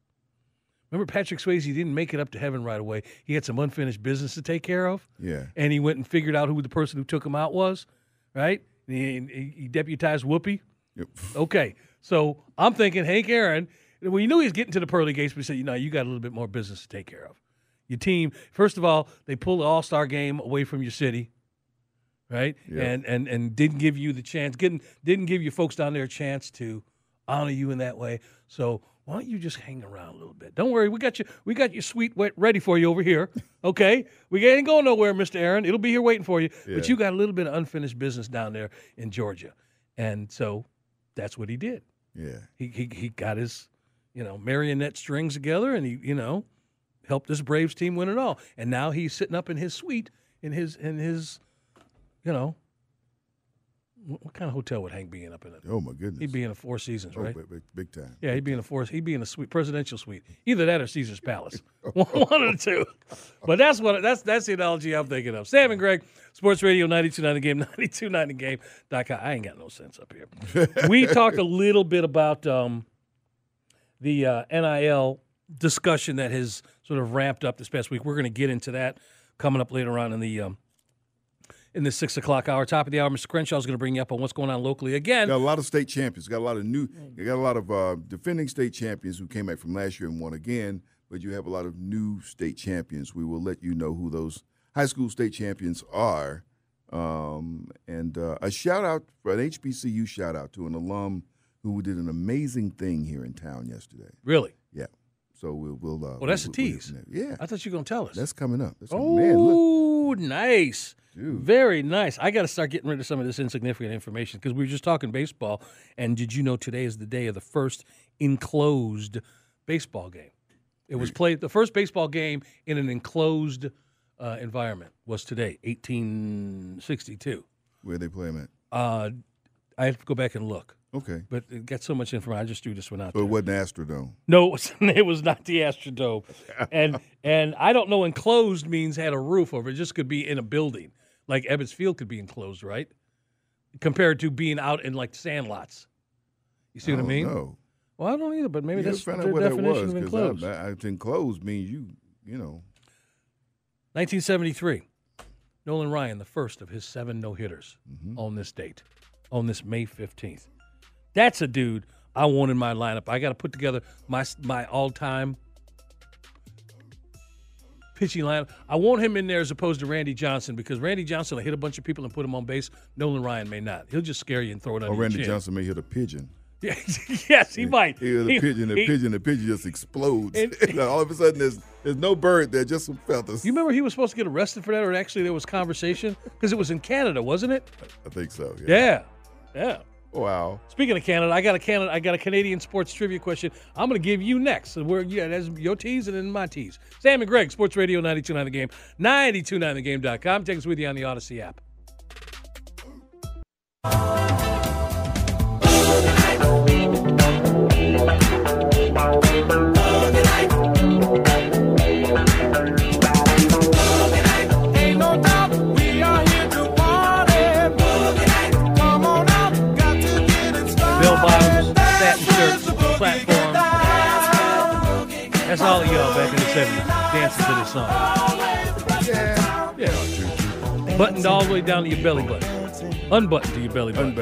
S3: Remember, Patrick Swayze didn't make it up to heaven right away. He had some unfinished business to take care of,
S4: Yeah.
S3: and he went and figured out who the person who took him out was, right? And he, and he- he deputized Whoopi.
S4: Yep.
S3: Okay, so I'm thinking Hank Aaron. Well, you knew he was getting to the pearly gates, but he said, "You know, you got a little bit more business to take care of. Your team. First of all, they pulled the All Star game away from your city, right?
S4: Yeah.
S3: And and and didn't give you the chance. Didn't didn't give you folks down there a chance to honor you in that way. So why don't you just hang around a little bit? Don't worry, we got you. We got your sweet wet ready for you over here. Okay, we ain't going nowhere, Mister Aaron. It'll be here waiting for you.
S4: Yeah.
S3: But you got a little bit of unfinished business down there in Georgia, and so that's what he did.
S4: Yeah.
S3: He he he got his, you know, marionette strings together, and he you know, helped this Braves team win it all. And now he's sitting up in his suite in his in his, you know. wh- What kind of hotel would Hank be in up in? It?
S4: Oh my goodness.
S3: He'd be in a Four Seasons,
S4: oh,
S3: right?
S4: big, big, big time.
S3: Yeah, he'd be in a forest. He'd be in a suite, presidential suite. Either that or Caesar's Palace. One, one of the two. But that's what that's that's the analogy I'm thinking of. Sam and Greg, Sports Radio 929 the game, 929 the game. Doc, I ain't got no sense up here. we talked a little bit about um, the uh, NIL discussion that has sort of ramped up this past week. We're going to get into that coming up later on in the um, in the six o'clock hour. Top of the hour, Mr. Crenshaw is going to bring you up on what's going on locally again.
S4: Got a lot of state champions. Got a lot of new. Got a lot of uh, defending state champions who came back from last year and won again. But you have a lot of new state champions. We will let you know who those high school state champions are. Um, and uh, a shout out, an HBCU shout out to an alum who did an amazing thing here in town yesterday.
S3: Really?
S4: Yeah. So we'll. we'll uh,
S3: Well, Oh, that's a
S4: we'll- we'll-
S3: tease.
S4: yeah.
S3: I thought you were going to tell us.
S4: That's coming up. That's
S3: Oh,
S4: man, look.
S3: nice.
S4: Dude.
S3: Very nice. I got to start getting rid of some of this insignificant information because we were just talking baseball. And did you know today is the day of the first enclosed baseball game? It was played, the first baseball game in an enclosed uh, environment was today, 1862.
S4: Where they play them at?
S3: Uh, I have to go back and look,
S4: Okay.
S3: but it got so much information. I just threw this one out
S4: So
S3: there.
S4: it wasn't Astrodome.
S3: No, it was, it was not the Astrodome. And and I don't know enclosed means had a roof over it. It Just could be in a building. Like Ebbets Field could be enclosed, right? Compared to being out in like sand lots. You see what I
S4: don't
S3: mean?
S4: know.
S3: Well, I don't either, but maybe
S4: Oh, You gotta
S3: that's their
S4: find out what that
S3: definition
S4: was
S3: of
S4: 'cause
S3: enclosed.
S4: I, I, I think closed means you, you know.
S3: 1973, Nolan Ryan, the first of his seven no hitters
S4: Mm-hmm.
S3: on this date, on this May 15th. That's a dude I want in my lineup. I got to put together my my all time pitching lineup. I want him in there as opposed to Randy Johnson because Randy Johnson will hit a bunch of people and put him on base. Nolan Ryan may not. He'll just scare you and throw it under
S4: Oh,
S3: your
S4: Randy
S3: chin.
S4: Johnson may hit a pigeon.
S3: yes, he might.
S4: He hit a pigeon, the
S3: he-
S4: pigeon, the pigeon just explodes.
S3: And-
S4: And all of a sudden, there's there's no bird there, just some feathers.
S3: You remember he was supposed to get arrested for that, or actually there was conversation because it was in Canada, wasn't it?
S4: I think so. Yeah.
S3: Yeah, yeah.
S4: Wow.
S3: Speaking of Canada, I got a Canada, I got a Canadian sports trivia question. I'm going to give you next. So we're yeah, that's your tease and then my tease. Sam and Greg, Sports Radio 92.9 The Game, 92.9TheGame.com. Take us with you on the Odyssey app. platform. That's all of y'all back in the 70s dancing to this song. Yeah. Buttoned all the way down to your belly button. Unbuttoned to your belly button.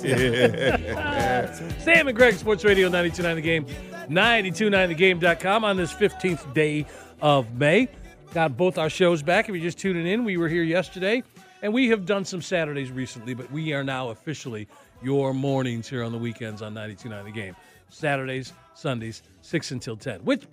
S3: Sam and Greg, Sports Radio 929 The Game, 929TheGame.com on this 15th day of May. Got both our shows back. If you're just tuning in, we were here yesterday, and we have done some Saturdays recently, but we are now officially your mornings here on the weekends on 929 The Game. Saturdays, Sundays, 6 until 10, which,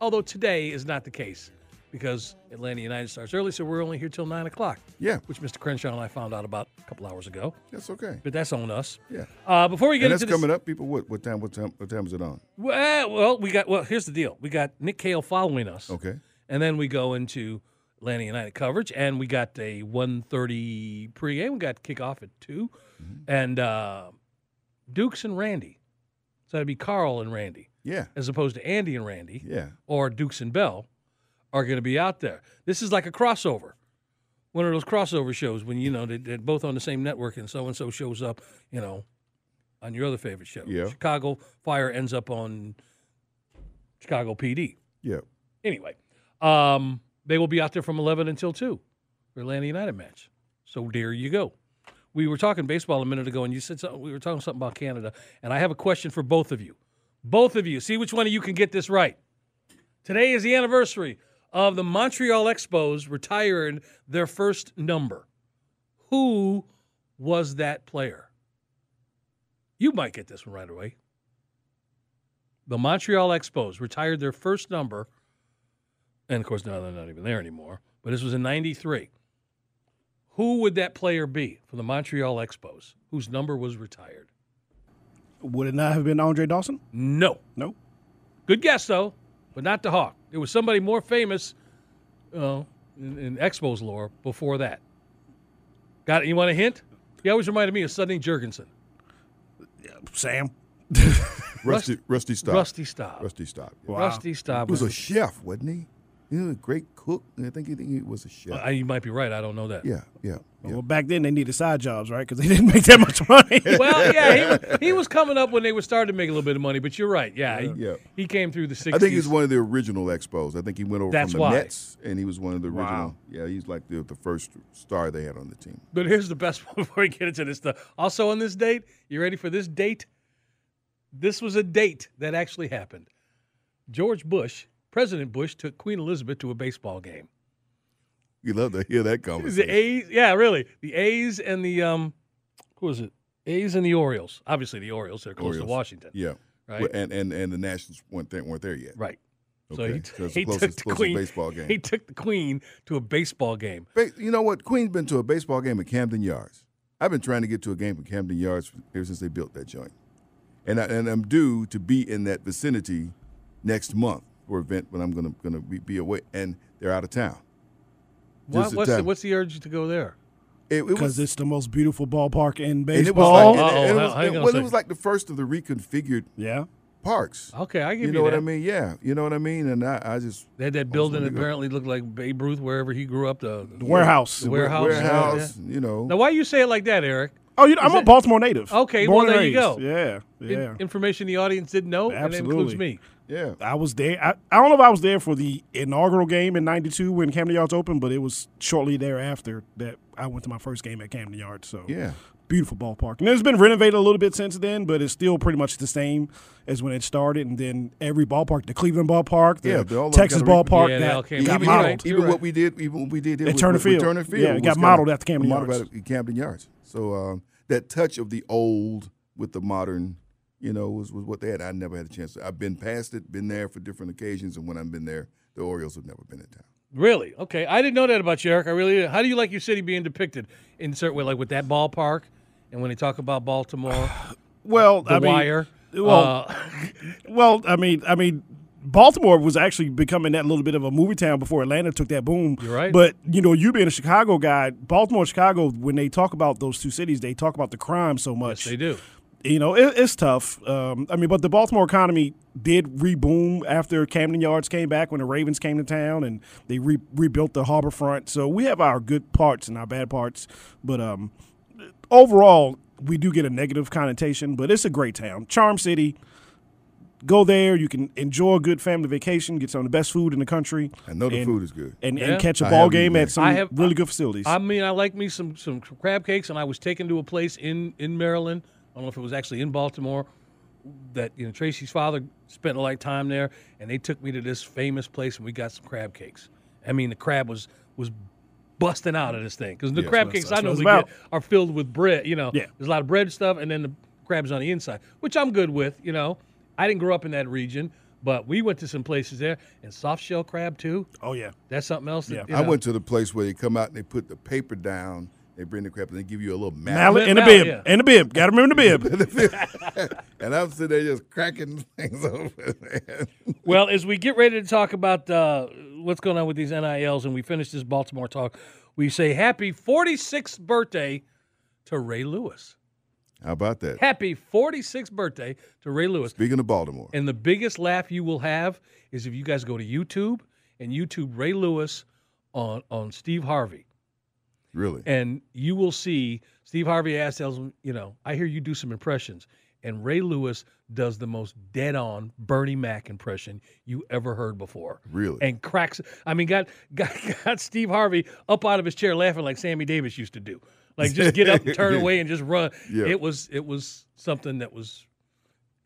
S3: although today is not the case because Atlanta United starts early, so we're only here till 9 o'clock.
S4: Yeah.
S3: Which Mr. Crenshaw and I found out about a couple hours ago,
S4: That's okay.
S3: but that's on us.
S4: Yeah.
S3: Uh, before we get
S4: And that's
S3: into this,
S4: coming up, people. What, what time? What time? What time is it on?
S3: well, well, we got well. Here's the deal: we got Nick Cale following us,
S4: Okay.
S3: and then we go into Atlanta United coverage, and we got a 1:30 pregame. We got kickoff at 2
S4: Mm-hmm.
S3: and uh, Dukes and Randy. So that'd be Carl and Randy,
S4: Yeah.
S3: as opposed to Andy and Randy,
S4: Yeah.
S3: or Dukes and Bell, are going to be out there. This is like a crossover. One of those crossover shows when you know they, they're both on the same network, and so and so shows up, you know, on your other favorite show.
S4: Yeah.
S3: Chicago Fire ends up on Chicago PD.
S4: Yeah.
S3: Anyway, um, they will be out there from 11 until 2 for Atlanta United match. So there you go. We were talking baseball a minute ago, and you said something, we were talking something about Canada, and I have a question for both of you. Both of you, see which one of you can get this right. Today is the anniversary of the Montreal Expos retiring their first number. Who was that player? You might get this one right away. The Montreal Expos retired their first number and of course now they're not even there anymore. But this was in '93. Who would that player be for the Montreal Expos, whose number was retired?
S5: Would it not have been Andre Dawson?
S3: No,
S5: No.
S3: good guess though, but not the Hawk. It was somebody more famous, you know, in, in Expos lore before that. Got it? You want a hint? He always reminded me of Sonny Jurgensen,
S5: Sam.
S4: Rusty. Rusty Stop.
S3: Rusty Staub.
S4: Rusty Stop.
S5: Wow.
S3: Rusty Staub.
S4: He was a chef, wasn't he? He was a great cook. I think he, he was a chef.
S3: I- Uh, you might be right. I don't know that.
S4: yeah. Yeah. Yeah.
S5: Well, back then they needed side jobs, right? Because they didn't make that much money.
S3: Well, yeah, he was, he was coming up when they were starting to make a little bit of money. But you're right. Yeah, he,
S4: Yeah.
S3: he came through the '60s.
S4: I think he's one of the original Expos. I think he went over
S3: That's
S4: from the
S3: why.
S4: Nets, and he was one of the original.
S5: Wow.
S4: Yeah, he's like the, the first star they had on the team.
S3: But here's the best one before we get into this stuff. Also, on this date, you ready for this date? This was a date that actually happened. George Bush, President Bush, took Queen Elizabeth to a baseball game.
S4: You love to hear that
S3: The
S4: conversation.
S3: A's, yeah, really. The A's and the um, who was it? A's and the Orioles. Obviously, the Orioles. They're close to
S4: Orioles.
S3: Washington,
S4: Yeah,
S3: right?
S4: Well, and and and the Nationals weren't there, weren't there yet.
S3: right.
S4: Okay.
S3: So he,
S4: it's
S3: he
S4: closest,
S3: took the
S4: closest
S3: Queen.
S4: baseball game.
S3: He took the Queen to a baseball game.
S4: Ba- you know what? Queen's been to a baseball game at Camden Yards. I've been trying to get to a game at Camden Yards ever since they built that joint, and I, and I'm due to be in that vicinity next month for an event when I'm gonna gonna be, be away, and they're out of town.
S3: Why-
S4: Just the
S3: what's, the,
S4: time.
S3: what's the urge to go there?
S4: It, it was
S5: Because it's the most beautiful ballpark in
S4: and it was
S5: baseball.
S4: like, and- and
S3: Uh-oh,
S4: it, was,
S3: hang on a
S4: well, it
S3: second.
S4: was like the first of the reconfigured
S5: yeah.
S4: parks.
S3: Okay, I give you,
S4: You know what
S3: that.
S4: I mean? Yeah, you know what I mean. And I, I just
S3: They had that building that apparently looked like Babe Ruth wherever he grew up. The,
S5: The warehouse.
S3: The warehouse.
S4: warehouse, you
S3: Yeah.
S4: know.
S3: Now, why you say it like that, Eric?
S5: Oh, you know, I'm a Baltimore native.
S3: Okay, well,
S5: Born and
S3: there you go.
S5: raised. Yeah.
S3: In-
S5: Yeah.
S3: information the audience didn't know, and it includes
S5: Absolutely.
S3: me.
S4: Yeah,
S5: I was there. I, I don't know if I was there for the inaugural game in '92 when Camden Yards opened, but it was shortly thereafter that I went to my first game at Camden Yards. So
S4: Yeah.
S5: beautiful ballpark, and it's been renovated a little bit since then, but it's still pretty much the same as when it started. And then every ballpark, the Cleveland ballpark, the
S4: Yeah, they all
S5: Texas
S4: got re-
S5: ballpark,
S3: Yeah, they all
S5: that
S3: came back.
S5: got
S4: even,
S3: You're
S5: modeled.
S3: right.
S4: even what we did, even what we did here
S5: At
S4: with,
S5: Turner
S4: with- with
S5: Field.
S4: Turner Field,
S5: Yeah, it
S4: was
S5: got
S4: kinda
S5: modeled after Camden
S4: modeled
S5: Yards.
S4: after Camden Yards. So um, that touch of the old with the modern, you know, was, was what they had. I never had a chance. To, I've been past it, been there for different occasions, and when I've been there, the Orioles have never been in town.
S3: Really? Okay, I didn't know that about you, Eric. I really. Didn't. How do you like your city being depicted in certain way, like with that ballpark, and when they talk about Baltimore,
S5: Well,
S3: the
S5: I mean,
S3: Wire?
S5: Well,
S3: uh,
S5: Well, I mean, I mean, Baltimore was actually becoming that little bit of a movie town before Atlanta took that boom.
S3: You're right.
S5: But you know, you being a Chicago guy, Baltimore, and Chicago, when they talk about those two cities, they talk about the crime so much.
S3: they do.
S5: You know, it, it's tough. Um, I mean, but the Baltimore economy did reboom after Camden Yards came back when the Ravens came to town and they re- rebuilt the harbor front. So we have our good parts and our bad parts, but um, overall, we do get a negative connotation, but it's a great town. Charm City. Go there. You can enjoy a good family vacation, get some of the best food in the country.
S4: I know the
S5: and-
S4: food is good.
S5: And,
S3: Yeah.
S5: and catch a
S4: I
S5: ball
S4: haven't
S5: game
S4: been.
S5: at some
S3: I have-
S5: really good facilities.
S3: I mean, I like me some some crab cakes, and I was taken to a place in in Maryland. I don't know if it was actually in Baltimore. That you know, Tracy's father spent a lot of time there, and they took me to this famous place, and we got some crab cakes. I mean, the crab was was busting out of this thing because the crab cakes I
S5: that's what it's
S3: normally
S5: about.
S3: get are filled with bread. You know,
S5: Yeah.
S3: there's a lot of bread stuff, and then the crabs on the inside, which I'm good with. You know, I didn't grow up in that region, but we went to some places there, and soft shell crab too.
S5: oh, yeah.
S3: That's something else. That,
S5: Yeah.
S3: you
S4: I
S3: know-
S4: went to the place where they come out and they put the paper down, they bring the crap, and they give you a little mallet.
S5: Mallet and a
S3: mallet,
S5: bib.
S3: yeah.
S5: And a bib. Got to remember the bib.
S4: and I'm sitting there just cracking things over. man.
S3: Well, as we get ready to talk about uh, what's going on with these NILs and we finish this Baltimore talk, we say happy 46th birthday to Ray Lewis.
S4: How about that?
S3: Happy 46th birthday to Ray Lewis.
S4: Speaking of Baltimore,
S3: And the biggest laugh you will have is if you guys go to YouTube and YouTube Ray Lewis on, on Steve Harvey.
S4: really.
S3: And you will see Steve Harvey asks, him, you know, I hear you do some impressions. And Ray Lewis does the most dead on Bernie Mac impression you ever heard before.
S4: Really?
S3: And cracks. I mean, got, got, got Steve Harvey up out of his chair laughing like Sammy Davis used to do. Like just get up and turn away and just run.
S4: Yeah.
S3: It was it was something that was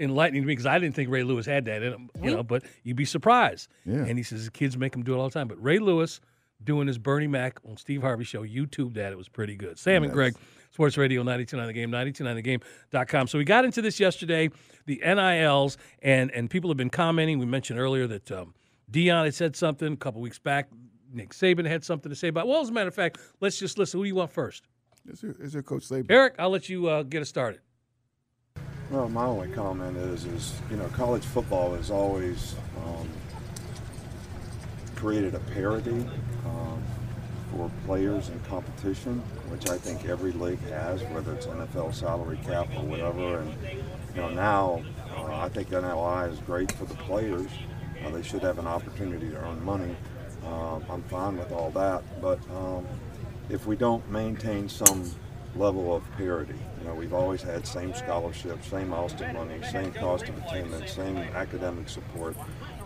S3: enlightening to me because I didn't think Ray Lewis had that in him, you know, but you'd be surprised.
S4: Yeah.
S3: And he says his kids make him do it all the time. But Ray Lewis doing his Bernie Mac on Steve Harvey show, YouTube that it was pretty good. Sam and Greg, Sports Radio 929 the game, 929thegame.com. So we got into this yesterday, the NILs, and and people have been commenting. We mentioned earlier that um, Dion had said something a couple weeks back. Nick Saban had something to say about. Well, as a matter of fact, let's just listen. Who do you want first?
S4: Is there, is there Coach Saban?
S3: Eric, I'll let you uh, get us started.
S7: Well, my only comment is, is you know, college football has always um, created a parity um, for players in competition, which I think every league has, whether it's NFL salary cap or whatever. And you know, now uh, I think NLI is great for the players. Uh, they should have an opportunity to earn money. Um, I'm fine with all that, but um, if we don't maintain some level of parity, you know, we've always had same scholarship, same Austin money, same cost of attainment, same academic support,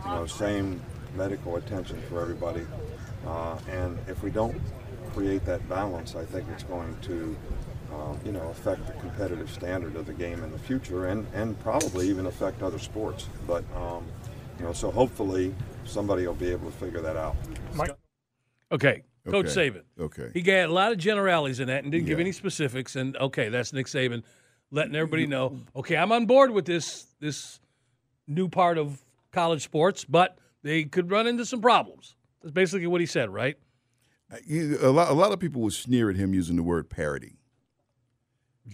S7: you know, same medical attention for everybody. Uh, and if we don't create that balance, I think it's going to, uh, you know, affect the competitive standard of the game in the future, and and probably even affect other sports. But um, you know, so hopefully somebody will be able to figure that out.
S3: Okay. Coach
S4: Okay.
S3: Saban.
S4: Okay.
S3: He got a lot of generalities in that and didn't give
S4: Yeah.
S3: any specifics. And okay, that's Nick Saban letting everybody know, okay, I'm on board with this this new part of college sports, but they could run into some problems. That's basically what he said, right?
S4: You- a lot a lot of people would sneer at him using the word parody.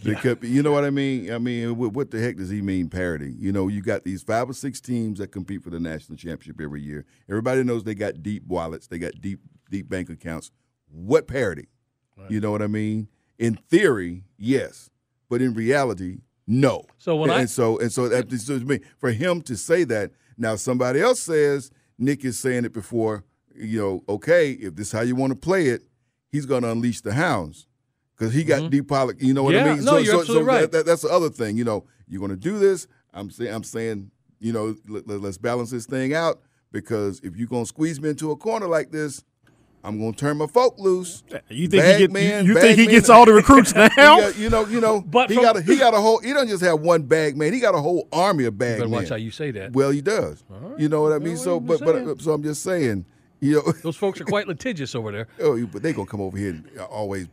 S4: Because you know what I mean. I mean, what, what the heck does he mean parody? You know, you got these five or six teams that compete for the national championship every year. Everybody knows they got deep wallets, they got deep deep bank accounts. What parody? You know what I mean? In theory, yes, but in reality, no.
S3: So when
S4: and,
S3: I-
S4: and so and so that so to me for him to say that now somebody else says Nick is saying it before. You know, okay, if this is how you want to play it, he's going to unleash the hounds because he got deep poly- You know what
S3: Mm-hmm. Yeah,
S4: I mean?
S3: no, you're absolutely
S4: that-
S3: right.
S4: that- that's the other thing. You know, you're going to do this. I'm saying, I'm saying, you know, let, let- let's balance this thing out because if you're going to squeeze me into a corner like this, I'm going to turn my folk loose.
S5: You think
S4: Bag
S5: he, get,
S4: man,
S5: you, you
S4: bag
S5: think he
S4: man.
S5: gets all the recruits now?
S4: He got- you know, you know,
S3: But
S4: he
S3: from-
S4: got a, he got a whole. He don't just have one bag man. He got a whole army of bag
S3: But
S4: men.
S3: watch how you say that.
S4: well, he does. You know what I mean? so, but but so I'm just saying, you know,
S3: Those folks are quite litigious over there.
S4: Oh, you- but they gonna come over here and uh, always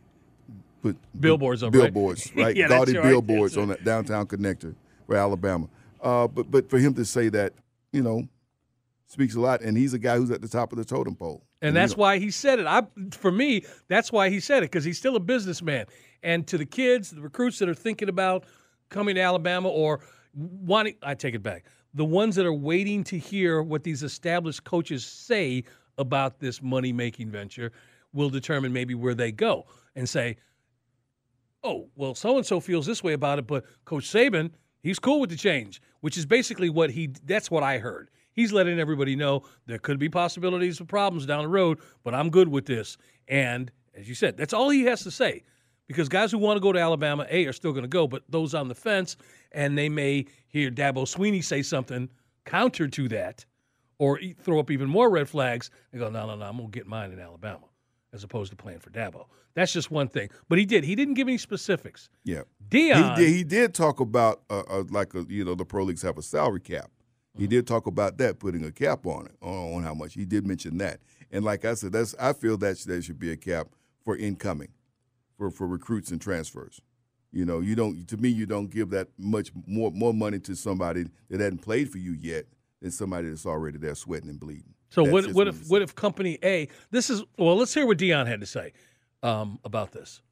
S4: put
S3: Billboards up, right?
S4: billboards, right?
S3: Yeah, that's
S4: Gaudy
S3: right, that's
S4: billboards on that downtown connector for Alabama. Uh, but but for him to say that, you know, speaks a lot. And he's a guy who's at the top of the totem pole.
S3: And that's why he said it. I, for me, that's why he said it because he's still a businessman. And to the kids, the recruits that are thinking about coming to Alabama or wanting, I take it back. The ones that are waiting to hear what these established coaches say about this money making venture will determine maybe where they go and say, oh, well, so and so feels this way about it, but Coach Saban, he's cool with the change, which is basically what he that's what I heard. He's letting everybody know there could be possibilities of problems down the road, but I'm good with this. And as you said, that's all he has to say. because guys who want to go to Alabama, A, are still going to go, but those on the fence, and they may hear Dabo Sweeney say something counter to that or e- throw up even more red flags and go, no, no, no, I'm going to get mine in Alabama as opposed to playing for Dabo. That's just one thing. But he did. He didn't give any specifics.
S4: Yeah.
S3: Dion.
S4: He did, he did talk about uh, uh, like a, you know the pro leagues have a salary cap.
S3: Mm-hmm.
S4: He did talk about that putting a cap on it on, on how much. He did mention that, and like I said, that's I feel that there should be a cap for incoming, for for recruits and transfers. You know, you don't to me you don't give that much more more money to somebody that hasn't played for you yet than somebody that's already there sweating and bleeding.
S3: So
S4: That's
S3: what
S4: just
S3: what
S4: me.
S3: if what if company A? This is well. Let's hear what Dion had to say um, about this.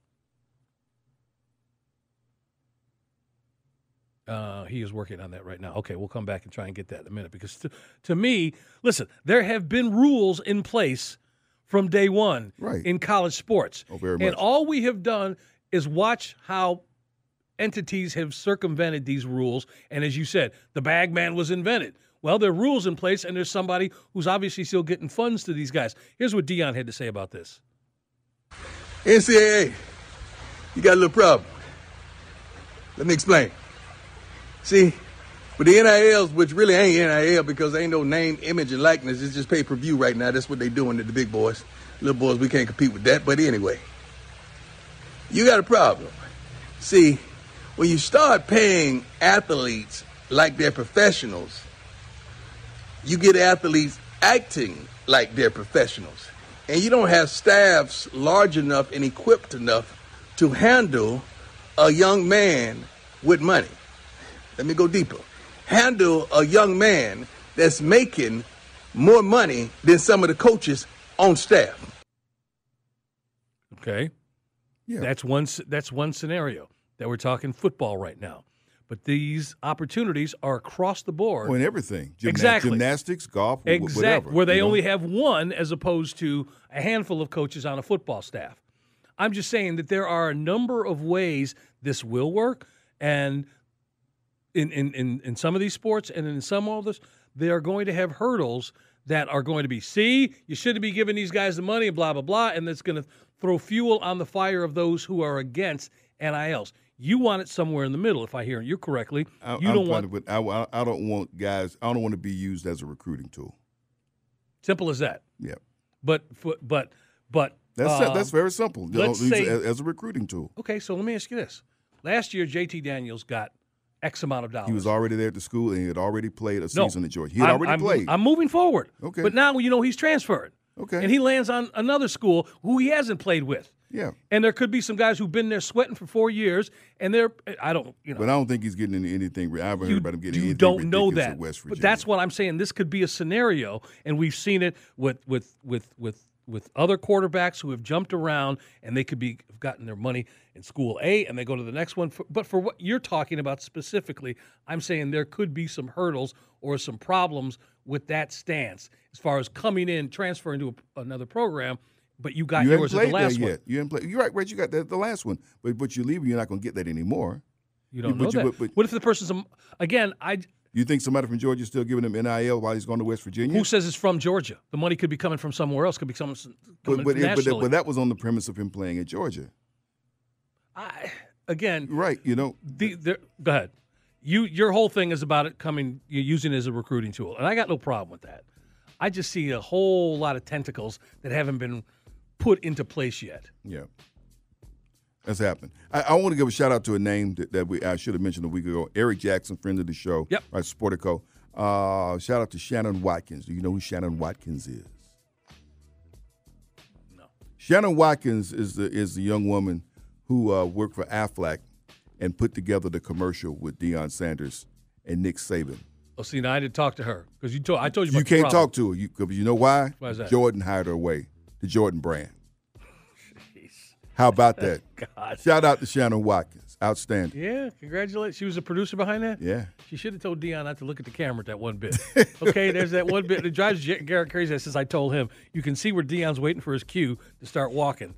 S3: Uh, he is working on that right now. Okay, we'll come back and try and get that in a minute because to, to me, listen, there have been rules in place from day one
S4: Right.
S3: in college sports,
S4: Oh, very
S3: and
S4: much.
S3: all we have done is watch how entities have circumvented these rules. And as you said, the bag man was invented. Well, there are rules in place, and there's somebody who's obviously still getting funds to these guys. Here's what Dion had to say about this.
S8: NCAA, you got a little problem. Let me explain. See, with the NILs, which really ain't NIL because there ain't no name, image, and likeness, it's just pay per view right now. That's what they doing to the big boys. Little boys, we can't compete with that. But anyway, you got a problem. See, when you start paying athletes like they're professionals, you get athletes acting like they're professionals. And you don't have staffs large enough and equipped enough to handle a young man with money. Let me go deeper. Handle a young man that's making more money than some of the coaches on staff.
S3: Okay,
S4: Yeah.
S3: that's one. s- That's one scenario that we're talking football right now. But these opportunities are across the board.
S4: Oh, and everything. Gymna-
S3: Exactly.
S4: Gymnastics, golf, wh- whatever.
S3: Exactly. Where they
S4: you know?
S3: only have one as opposed to a handful of coaches on a football staff. I'm just saying that there are a number of ways this will work. And in, in, in, in some of these sports and in some others, they are going to have hurdles that are going to be, see, you shouldn't be giving these guys the money, blah, blah, blah. And that's going to throw fuel on the fire of those who are against NILs. You want it somewhere in the middle, if I hear you correctly.
S4: I,
S3: you
S4: I'm
S3: don't want
S4: fine with- I, I, I don't want guys. I don't want to be used as a recruiting tool.
S3: simple as that.
S4: Yeah,
S3: But for- but but
S4: that's
S3: um,
S4: that's very simple. You
S3: let's
S4: know, use it
S3: say-
S4: as, as a recruiting tool,
S3: Okay, so let me ask you this. Last year, JT Daniels got X amount of dollars.
S4: he was already there at the school and he had already played a
S3: No,
S4: season at Georgia. He had
S3: I'm-
S4: already
S3: I'm,
S4: played.
S3: I'm moving forward.
S4: Okay.
S3: But now, you know, he's transferred.
S4: Okay.
S3: And he lands on another school who he hasn't played with.
S4: yeah,
S3: And there could be some guys who've been there sweating for four years, and they're, I don't, you know.
S4: but I don't think he's getting into anything. re- I haven't heard about him getting anything
S3: don't know
S4: ridiculous
S3: that.
S4: at West Virginia.
S3: But that's what I'm saying. This could be a scenario, and we've seen it with with with with with other quarterbacks who have jumped around, and they could be have gotten their money in school A, and they go to the next one. For, but for what you're talking about specifically, I'm saying there could be some hurdles or some problems with that stance as far as coming in, transferring to a, another program. But you got
S4: you haven't
S3: yours at the
S4: played
S3: last
S4: that
S3: one.
S4: yet. You haven't played. You're right, right. You got that the last one, but but you leave, you're not going to get that anymore.
S3: You don't
S4: but
S3: know
S4: you-
S3: that.
S4: but- but-
S3: what if the person's a, again? I
S4: You think somebody from Georgia's still giving him NIL while he's going to West Virginia?
S3: Who says it's from Georgia? The money could be coming from somewhere else. Could be coming, coming
S4: but, but, it- but, that,
S3: nationally.
S4: but that was on the premise of him playing at Georgia,
S3: I, again,
S4: right? You know,
S3: the, the, go ahead. You your whole thing is about it coming, you using it as a recruiting tool, and I got no problem with that. I just see a whole lot of tentacles that haven't been put into place yet.
S4: Yeah. That's happened. I, I want to give a shout out to a name that, that we I should have mentioned a week ago. Eric Jackson, friend of the show.
S3: Yep.
S4: Right, Sportico. Uh, shout out to Shannon Watkins. Do you know who Shannon Watkins is?
S3: No.
S4: Shannon Watkins is the is the young woman who uh, worked for Aflac and put together the commercial with Deion Sanders and Nick Saban.
S3: Oh, see, now I didn't talk to her because you told I told you.
S4: You
S3: about the
S4: can't
S3: problem.
S4: talk to her. You, 'cause you know why?
S3: Why is that?
S4: Jordan hired her away. The Jordan brand. How about that?
S3: God.
S4: Shout out to Shannon Watkins. Outstanding.
S3: Yeah, congratulations. She was a producer behind that.
S4: Yeah.
S3: She should have told Dion not to look at the camera that one bit. Okay, there's that one bit. It drives J- Garrett crazy. Since I told him, you can see where Dion's waiting for his cue to start walking,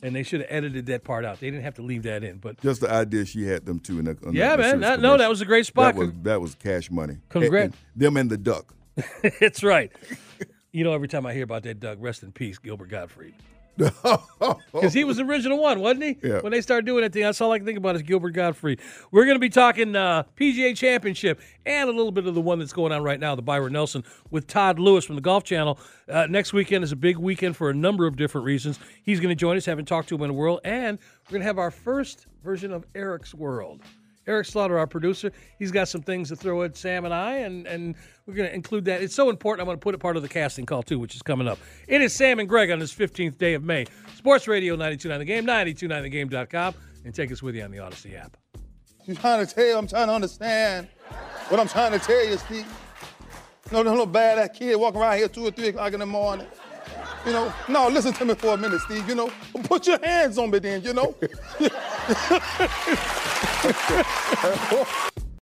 S3: and they should have edited that part out. They didn't have to leave that in. But
S4: Just the idea she had them two in the. on
S3: Yeah,
S4: the
S3: man.
S4: insurance
S3: That- no, that was a great spot.
S4: That was, that was cash money.
S3: Congrat-
S4: And- and them and the duck.
S3: it's right. You know, every time I hear about that, Doug, rest in peace, Gilbert Gottfried.
S4: Oh,
S3: Because he was the original one, wasn't he?
S4: Yeah.
S3: When they started doing that thing, that's all I can think about is Gilbert Godfrey. We're going to be talking uh, PGA Championship and a little bit of the one that's going on right now, the Byron Nelson, with Todd Lewis from the Golf Channel. Uh, next weekend is a big weekend for a number of different reasons. He's going to join us, haven't talked to him in a whirl, and we're going to have our first version of Eric's World. Eric Slaughter, our producer, he's got some things to throw at Sam and I, and, and we're going to include that. It's so important. I'm going to put it part of the casting call, too, which is coming up. It is Sam and Greg on this 15th day of May. Sports Radio 929 The Game, 929TheGame.com, and take us with you on the Odyssey app.
S7: I'm trying to tell, I'm trying to understand what I'm trying to tell you, Steve. No, no, no bad ass kid walking around here two or three o'clock in the morning. You know, no, listen to me for a minute, Steve. You know, put your hands on me then, you know.